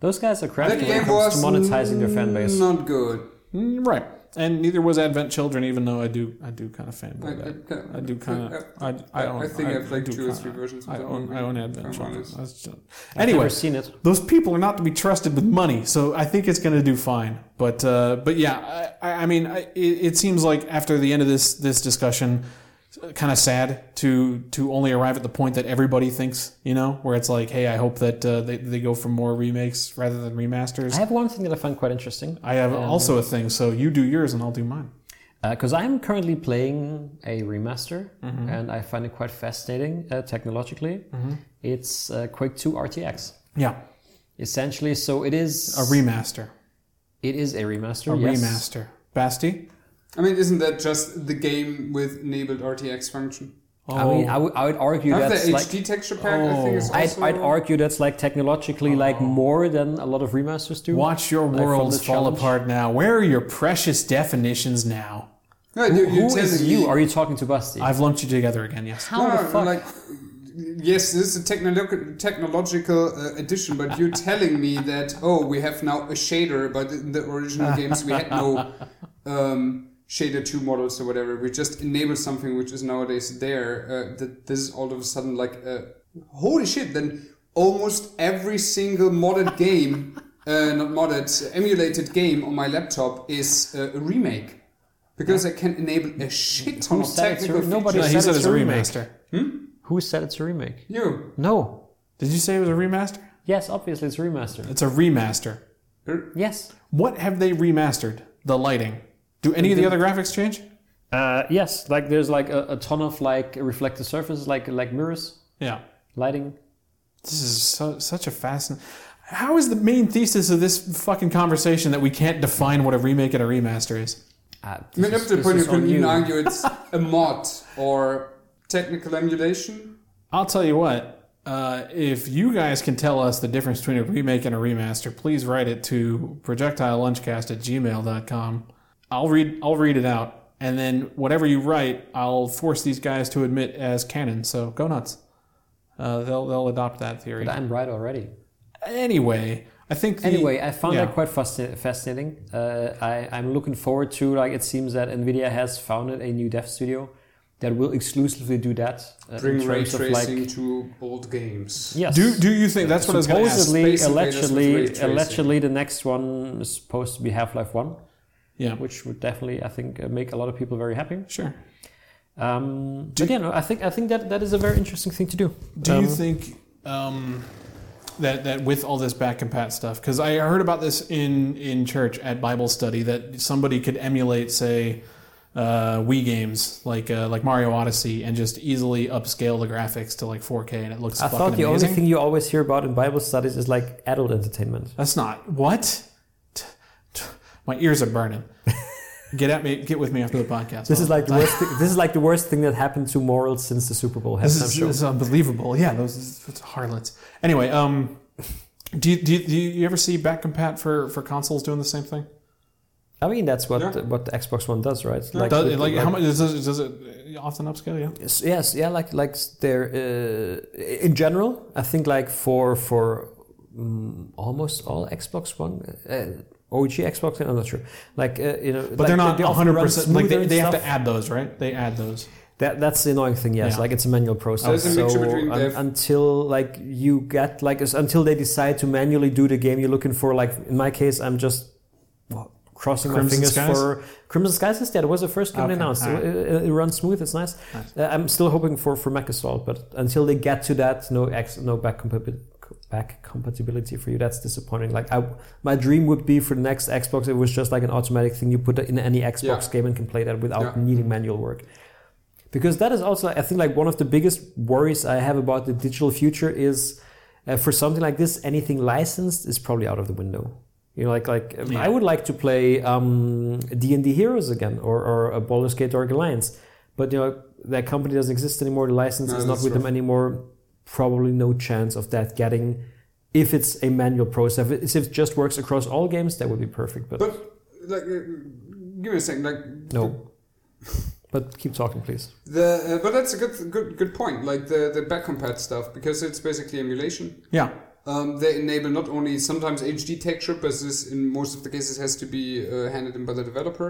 B: those guys are
C: That
B: crafty when it
C: game
B: comes
C: was
B: to monetizing their fan base.
C: Not good.
D: Mm, Right, and neither was Advent Children, even though I do I do kind of
C: I,
D: fanboy
C: I,
D: that. I do kind of. I, I,
C: I-
D: own,
C: I think I've played
D: do
C: two or
D: kinda-
C: three versions of
D: I
C: that
D: own,
C: movie,
D: I own
C: if
D: Advent
C: I'm
D: Children.
C: honest.
D: That's just-
B: I've never
D: Anyway,
B: seen it.
D: those people are not to be trusted with money, so I think it's going to do fine. But uh, but yeah, I, I I mean, I, it, it seems like after the end of this this discussion, kind of sad to to only arrive at the point that everybody thinks, you know, where it's like, hey, I hope that uh, they they go for more remakes rather than remasters.
B: I have one thing that I find quite interesting.
D: I have also a thing, so you do yours and I'll do mine.
B: because Uh, I'm currently playing a remaster, and I find it quite fascinating uh, technologically. It's uh, Quake 2 RTX,
D: Yeah,
B: essentially. So it is
D: a remaster.
B: it is a remaster.
D: A
B: yes.
D: remaster. Basti?
C: I mean, isn't that just the game with enabled RTX function?
B: I mean, I would- I would argue
C: Have the
B: that's like
C: HD texture pack, I think is
B: I'd,
C: also...
B: I'd argue that's like technologically like more than a lot of remasters do.
D: Watch your
B: Like, from
D: worlds
B: the
D: fall
B: challenge.
D: apart now. Where are your precious definitions now?
C: no, you,
B: Who
C: you're
B: is
C: telling
B: you?
C: me-
B: Are you talking to Basti?
D: I've lumped you together again, yes.
B: How
C: no,
B: the
C: no,
B: fuck?
C: Like, yes, this is a technolo- technological uh, addition, but you're telling me that oh, we have now a shader, but in the original games we had no um, shader two models or whatever. We just enabled something which is nowadays there. Uh, that this is all of a sudden like uh, holy shit! Then almost every single modded game. Uh, not modded, emulated game on my laptop is uh, a remake because I can enable a shit ton
B: Who
C: of
B: said it's a-
C: technical features.
B: nobody
D: No, he said it's a
B: remake.
D: remaster.
B: Who said it's a remake?
C: You
B: No.
D: Did you say it was a remaster?
B: Yes, obviously it's a remaster.
D: It's a remaster.
B: Yes.
D: What have they remastered? The lighting. Do any of the other graphics change?
B: Uh, yes, like there's like a, a ton of like reflective surfaces, like like mirrors,
D: Yeah.
B: lighting.
D: This is so, such a fascinating. How is the main thesis of this fucking conversation that we can't define what a remake and a remaster is?
B: Uh,
C: I mean,
B: this
C: up
B: is-
C: to the
B: this
C: point you
B: is
C: couldn't
B: on
C: even argue it's a mod or technical emulation.
D: I'll tell you what. uh, if you guys can tell us the difference between a remake and a remaster, please write it to projectilelunchcast at gmail.com. I'll read, I'll read it out. And then whatever you write, I'll force these guys to admit as canon. So go nuts. Uh, they'll, they'll adopt that theory.
B: But I'm right already.
D: Anyway, I think. The,
B: Anyway, I found
D: yeah.
B: that quite fasci- fascinating. Uh, I, I'm looking forward to like it seems that Nvidia has founded a new dev studio that will exclusively do that uh, in
C: Bring ray
B: terms of
C: tracing
B: like
C: to old games.
B: yes.
D: Do, do you think that's what I was going to ask?
B: Supposedly,
C: Space Invaders with ray
B: allegedly,
C: tracing.
B: allegedly, the next one is supposed to be Half-Life One,
D: Yeah,
B: which would definitely, I think, uh, make a lot of people very happy.
D: sure.
B: Um, but yeah, no, I think I think that that is a very interesting thing to do.
D: Do
B: Um,
D: you think um, that that with all this back and pat stuff? Because I heard about this in in church at Bible study that somebody could emulate, say, uh, Wii games like uh, like Mario Odyssey and just easily upscale the graphics to like 4K and it looks
B: I
D: fucking
B: thought the
D: amazing.
B: only thing you always hear about in Bible studies is like adult entertainment.
D: That's not what. T- t- my ears are burning. get at me. Get with me after the podcast.
B: This
D: Well,
B: is like the worst. Thing, this is like the worst thing that happened to morals since the Super Bowl
D: This
B: halftime
D: is,
B: show.
D: this is unbelievable. Yeah, those, those harlots. Anyway, um, do you, do, you, do you ever see back compat for for consoles doing the same thing?
B: I mean, that's what
C: Yeah.
B: what the Xbox One does, right? Like,
D: does,
B: with-
D: like, how much does, it- does it often upscale? Yeah.
B: Yes, yes, yeah, like like they're uh, in general. I think like for for mm almost all Xbox One, uh, OG Xbox, I'm not sure. Like uh, you know,
D: But they're not 100. percent Like they, they have to add those, right? They add those.
B: That that's the annoying thing. Yes,
D: Yeah.
B: like it's a manual process.
C: There's a mixture
B: So
C: between
B: un-
C: dev-
B: until like you get like it's- until they decide to manually do the game you're looking for. Like in my case, I'm just well, crossing my
D: Crimson
B: fingers
D: Skies?
B: for Crimson Skies. Is that was the first game
D: Okay,
B: they announced?
D: alright.
B: It, it- it runs smooth. It's nice.
D: Nice.
B: Uh, I'm still hoping for for Mac Assault, but until they get to that, no X, no back compatibility. Back compatibility for you that's disappointing. Like I, my dream would be for the next Xbox, it was just like an automatic thing you put in any Xbox
C: Yeah.
B: game and can play that without
C: Yeah.
B: needing manual work because that is also i think like one of the biggest worries i have about the digital future is uh, for something like this anything licensed is probably out of the window you know like like um,
D: Yeah.
B: i would like to play um, d&d heroes again or, or a Baldur's gate dark alliance but you know that company doesn't exist anymore the license
C: No,
B: is not
C: that's
B: with them
C: rough.
B: anymore probably no chance of that getting if it's a manual process if it- if it just works across all games that would be perfect but,
C: But like, uh, give me a second. Like
B: no but keep talking please
C: the uh, but that's a good good good point. Like the the back compat stuff because it's basically emulation.
D: Yeah.
C: Um, they enable not only sometimes HD texture, but this in most of the cases has to be uh, handed in by the developer.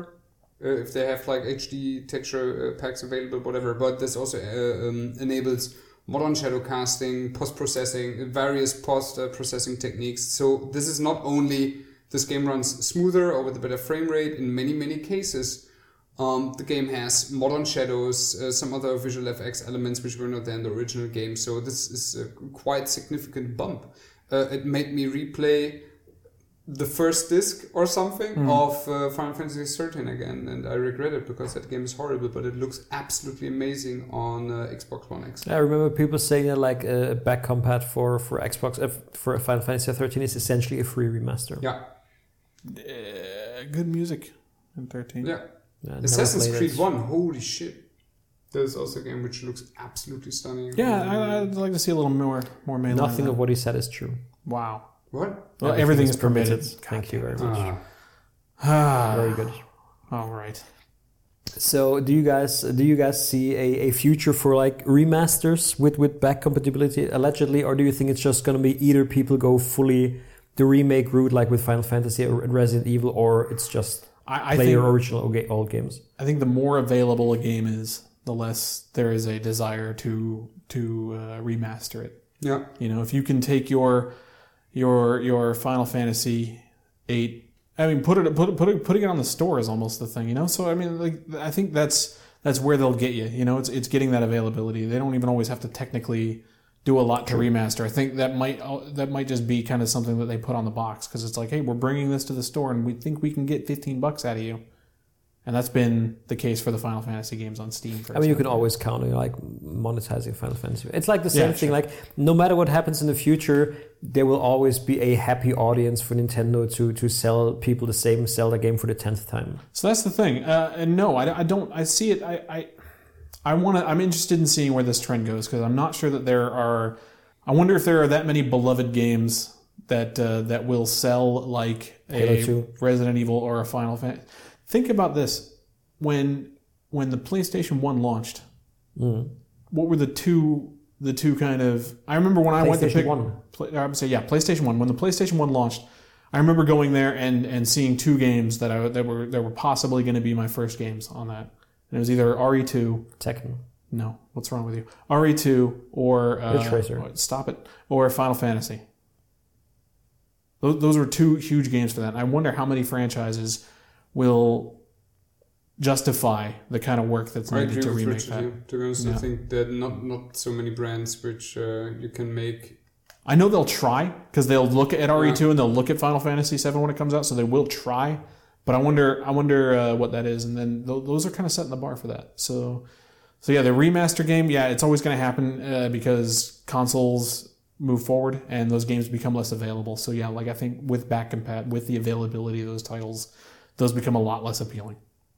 C: Uh, if they have like HD texture uh, packs available, whatever. But this also uh, um, enables modern shadow casting, post processing, various post uh, processing techniques. So this is not only this game runs smoother or with a better frame rate in many many cases. Um, the game has modern shadows, uh, some other visual FX elements which were not there in the original game. So this is a quite significant bump. Uh, it made me replay the first disc or something of uh, Final Fantasy XIII again, and I regret it because that game is horrible, but it looks absolutely amazing on uh, Xbox One X.
B: I remember people saying that like a back compat for for Xbox uh, for Final Fantasy 13 is essentially a free remaster.
C: Yeah,
D: Uh, good music in 13.
C: yeah.
B: Yeah, I never
C: Assassin's
B: played
C: Creed
B: it.
C: One, holy shit! There's also a game which looks absolutely stunning.
D: Yeah, I, I'd like to see a little more more mainline.
B: Nothing
D: of
B: of what he said is true.
D: wow.
C: what?
D: Well, everything, is permitted.
B: Thank you very much.
C: Ah.
D: Ah,
B: Very good.
D: all right.
B: So, do you guys do you guys see a, a future for like remasters with with back compatibility allegedly, or do you think it's just going to be either people go fully the remake route like with Final Fantasy or Resident Evil, or it's just
D: I, I
B: play
D: think
B: your original old ga- old games?
D: I think the more available a game is, the less there is a desire to to uh, remaster it.
C: Yeah,
D: You know, if you can take your your your Final Fantasy eight, I mean, put it put it, put it, putting it on the store is almost the thing. You know, so I mean, like I think that's that's where they'll get you. You know, it's it's getting that availability. They don't even always have to technically do a lot to remaster. I think that might that might just be kind of something that they put on the box because it's like, hey, we're bringing this to the store and we think we can get fifteen bucks out of you. And that's been the case for the Final Fantasy games on Steam. For
B: I mean, you
D: example.
B: can always count on like monetizing Final Fantasy. It's like the
D: Yeah,
B: same thing. Like, no matter what happens in the future, there will always be a happy audience for Nintendo to to sell people the same Zelda game for the tenth time.
D: So that's the thing. Uh, and no, I, I don't. I see it. I I, I want to. I'm interested in seeing where this trend goes because I'm not sure that there are I wonder if there are that many beloved games that uh, that will sell like
B: Halo
D: a
B: 2.
D: Resident Evil or a Final Fantasy. Think about this: when when the PlayStation One launched, what were the two the two kind of? I remember when I went to
B: PlayStation
D: pick
B: One.
D: Play, I would say yeah, PlayStation One. When the PlayStation One launched, I remember going there and and seeing two games that I that were that were possibly going to be my first games on that. And it was either RE two
B: Tekken.
D: no, what's wrong with you? RE2 or uh,
B: Ridge Racer.
D: or- Stop it. Or Final Fantasy. Those, those were two huge games for that. And I wonder how many franchises will justify the kind of work that's
C: I
D: needed
C: agree
D: to
C: with
D: remake
C: Richard.
D: that.
C: here. To be honest, I
D: Yeah.
C: think there are not, not so many brands which uh, you can make.
D: I know they'll try because they'll look at RE2 and they'll look at Final Fantasy 7 when it comes out, so they will try. But I wonder, I wonder uh, what that is, and then th- those are kind of setting the bar for that. So, so yeah, the remaster game, yeah, it's always going to happen uh, because consoles move forward and those games become less available. So yeah, like I think with back compat, with the availability of those titles, those become a lot less appealing.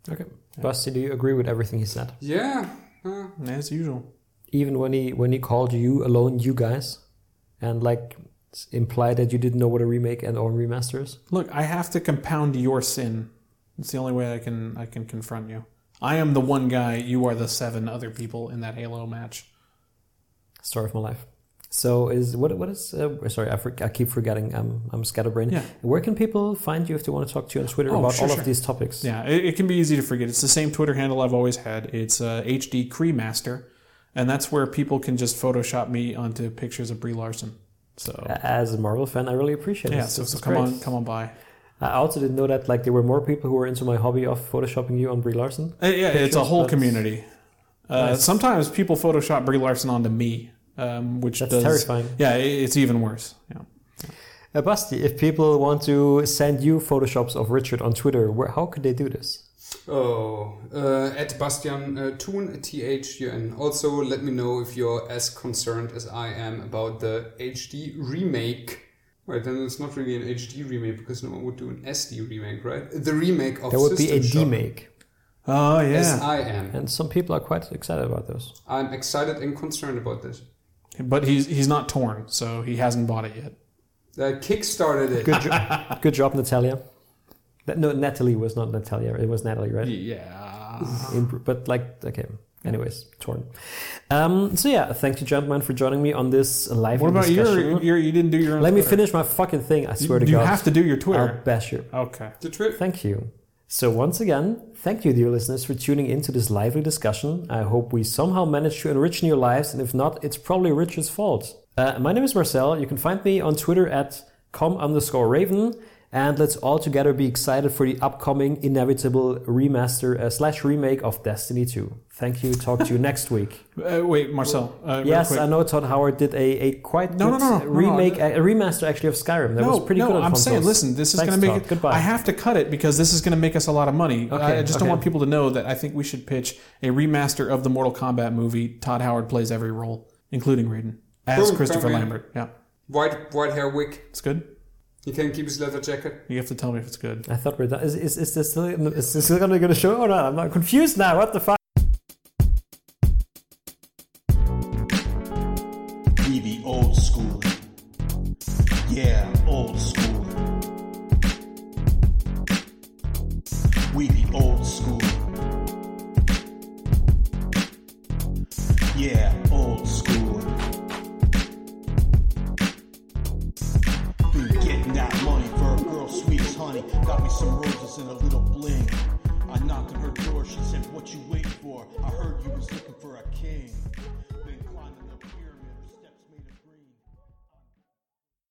B: Okay. Basti, do you agree with everything he said?
C: Yeah, uh,
D: As usual,
B: Even when he when he called you alone, you guys, and like s- implied that you didn't know what a remake and or remaster is.
D: look, I have to compound your sin. It's the only way I can I can confront you. I am the one guy. You are the seven other people in that Halo match.
B: Story of my life. So is what what is uh, sorry I, for, I keep forgetting I'm I'm scatterbrained.
D: Yeah.
B: Where can people find you if they want to talk to you on Twitter
D: Oh,
B: about
D: sure,
B: all
D: sure.
B: of these topics?
D: Yeah, it, it can be easy to forget. It's the same Twitter handle I've always had. It's uh, HD Creemaster, and that's where people can just Photoshop me onto pictures of Brie Larson. So
B: A- As a Marvel fan, I really appreciate it.
D: yeah,
B: This
D: so,
B: is
D: so come
B: great.
D: on, come on by.
B: I also didn't know that like there were more people who were into my hobby of photoshopping you on Brie Larson.
D: Uh, yeah, it's a
B: Pictures,
D: whole
B: that's-
D: community. Uh, Sometimes people Photoshop Brie Larson onto me, um, which
B: That's
D: does
B: terrifying.
D: yeah, it, it's even worse. Yeah.
B: Uh, Basti, if people want to send you photoshops of Richard on Twitter, where, how could they do this?
C: Oh, uh, at Bastian uh, Thun, T H U N. Also, let me know if you're as concerned as I am about the HD remake. Right, then it's not really an HD remake because no one would do an SD remake, right? The remake of
B: There would be a
C: System Shock.
B: demake,
D: Oh yeah.
C: Yes, I am.
B: and some people are quite excited about those.
C: I'm excited and concerned about this.
D: But he's he's not torn, so he hasn't bought it yet.
C: I Uh, kickstarted it.
B: Good, jo- good job, Natalia. That, no, Natalie was not Natalia. It was Natalie, right?
D: Yeah.
B: Impro- but like, okay. Anyways, torn. Um, so yeah, thank you, gentlemen, for joining me on this live
D: What about
B: discussion.
D: your, your? You didn't do your. Own
B: Let me
D: Twitter.
B: finish my fucking thing. I swear to
D: You
B: God.
D: have to do your
B: I'll
D: Twitter.
B: bash you.
D: Okay.
C: The Twitter.
B: Thank you. So, once again, thank you, dear listeners, for tuning in to this lively discussion. I hope we somehow managed to enrich your lives, and if not, it's probably Richard's fault. Uh, my name is Marcel. You can find me on Twitter at com underscore raven, and let's all together be excited for the upcoming inevitable remaster uh, slash remake of Destiny 2. Thank you. Talk to you next week.
D: Uh, wait, Marcel. Uh, real
B: yes,
D: quick.
B: I know Todd Howard did a, a quite
D: No,
B: good
D: no, no, no, no,
B: remake, a remaster actually of Skyrim. That
D: No,
B: was pretty
D: no,
B: good. on
D: I'm
B: consoles.
D: saying, listen, this is
B: Thanks,
D: going to make
B: Todd.
D: it.
B: Goodbye.
D: I have to cut it because this is going to make us a lot of money. I just don't
B: okay.
D: want people to know that I think we should pitch a remaster of the Mortal Kombat movie. Todd Howard plays every role, including Raiden, as
C: Boom,
D: Christopher
C: Raiden.
D: Lambert. Yeah,
C: White, white hair wig.
D: it's good.
C: He can keep his leather jacket.
D: You have to tell me if it's good.
B: I thought we're done. Is, is, is this still is this still gonna, gonna show or not? I'm not confused now. What the fuck?
F: We be old school. Yeah, old school. We be old school. Yeah, old school. Been getting that money for a girl sweet as honey. Got me some roses and a little bling. I knocked on her door, she said, What you waiting for? I heard you was looking for a king. Been